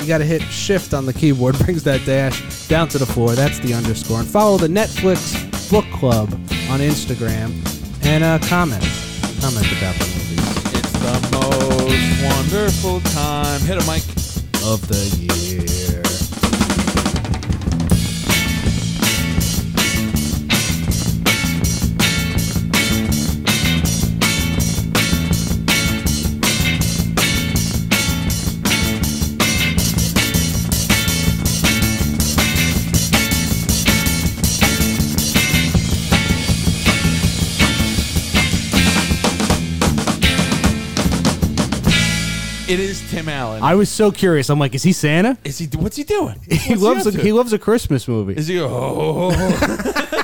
[SPEAKER 1] You got to hit shift on the keyboard, brings that dash down to the floor. That's the underscore. And follow the Netflix Book Club on Instagram and uh, comment. Comment about the movies
[SPEAKER 2] It's the most wonderful time. Hit a mic.
[SPEAKER 1] of the year.
[SPEAKER 2] It is Tim Allen.
[SPEAKER 1] I was so curious. I'm like, is he Santa?
[SPEAKER 2] is he? What's he doing?
[SPEAKER 1] He loves a, he loves a Christmas movie.
[SPEAKER 2] Is he? Oh,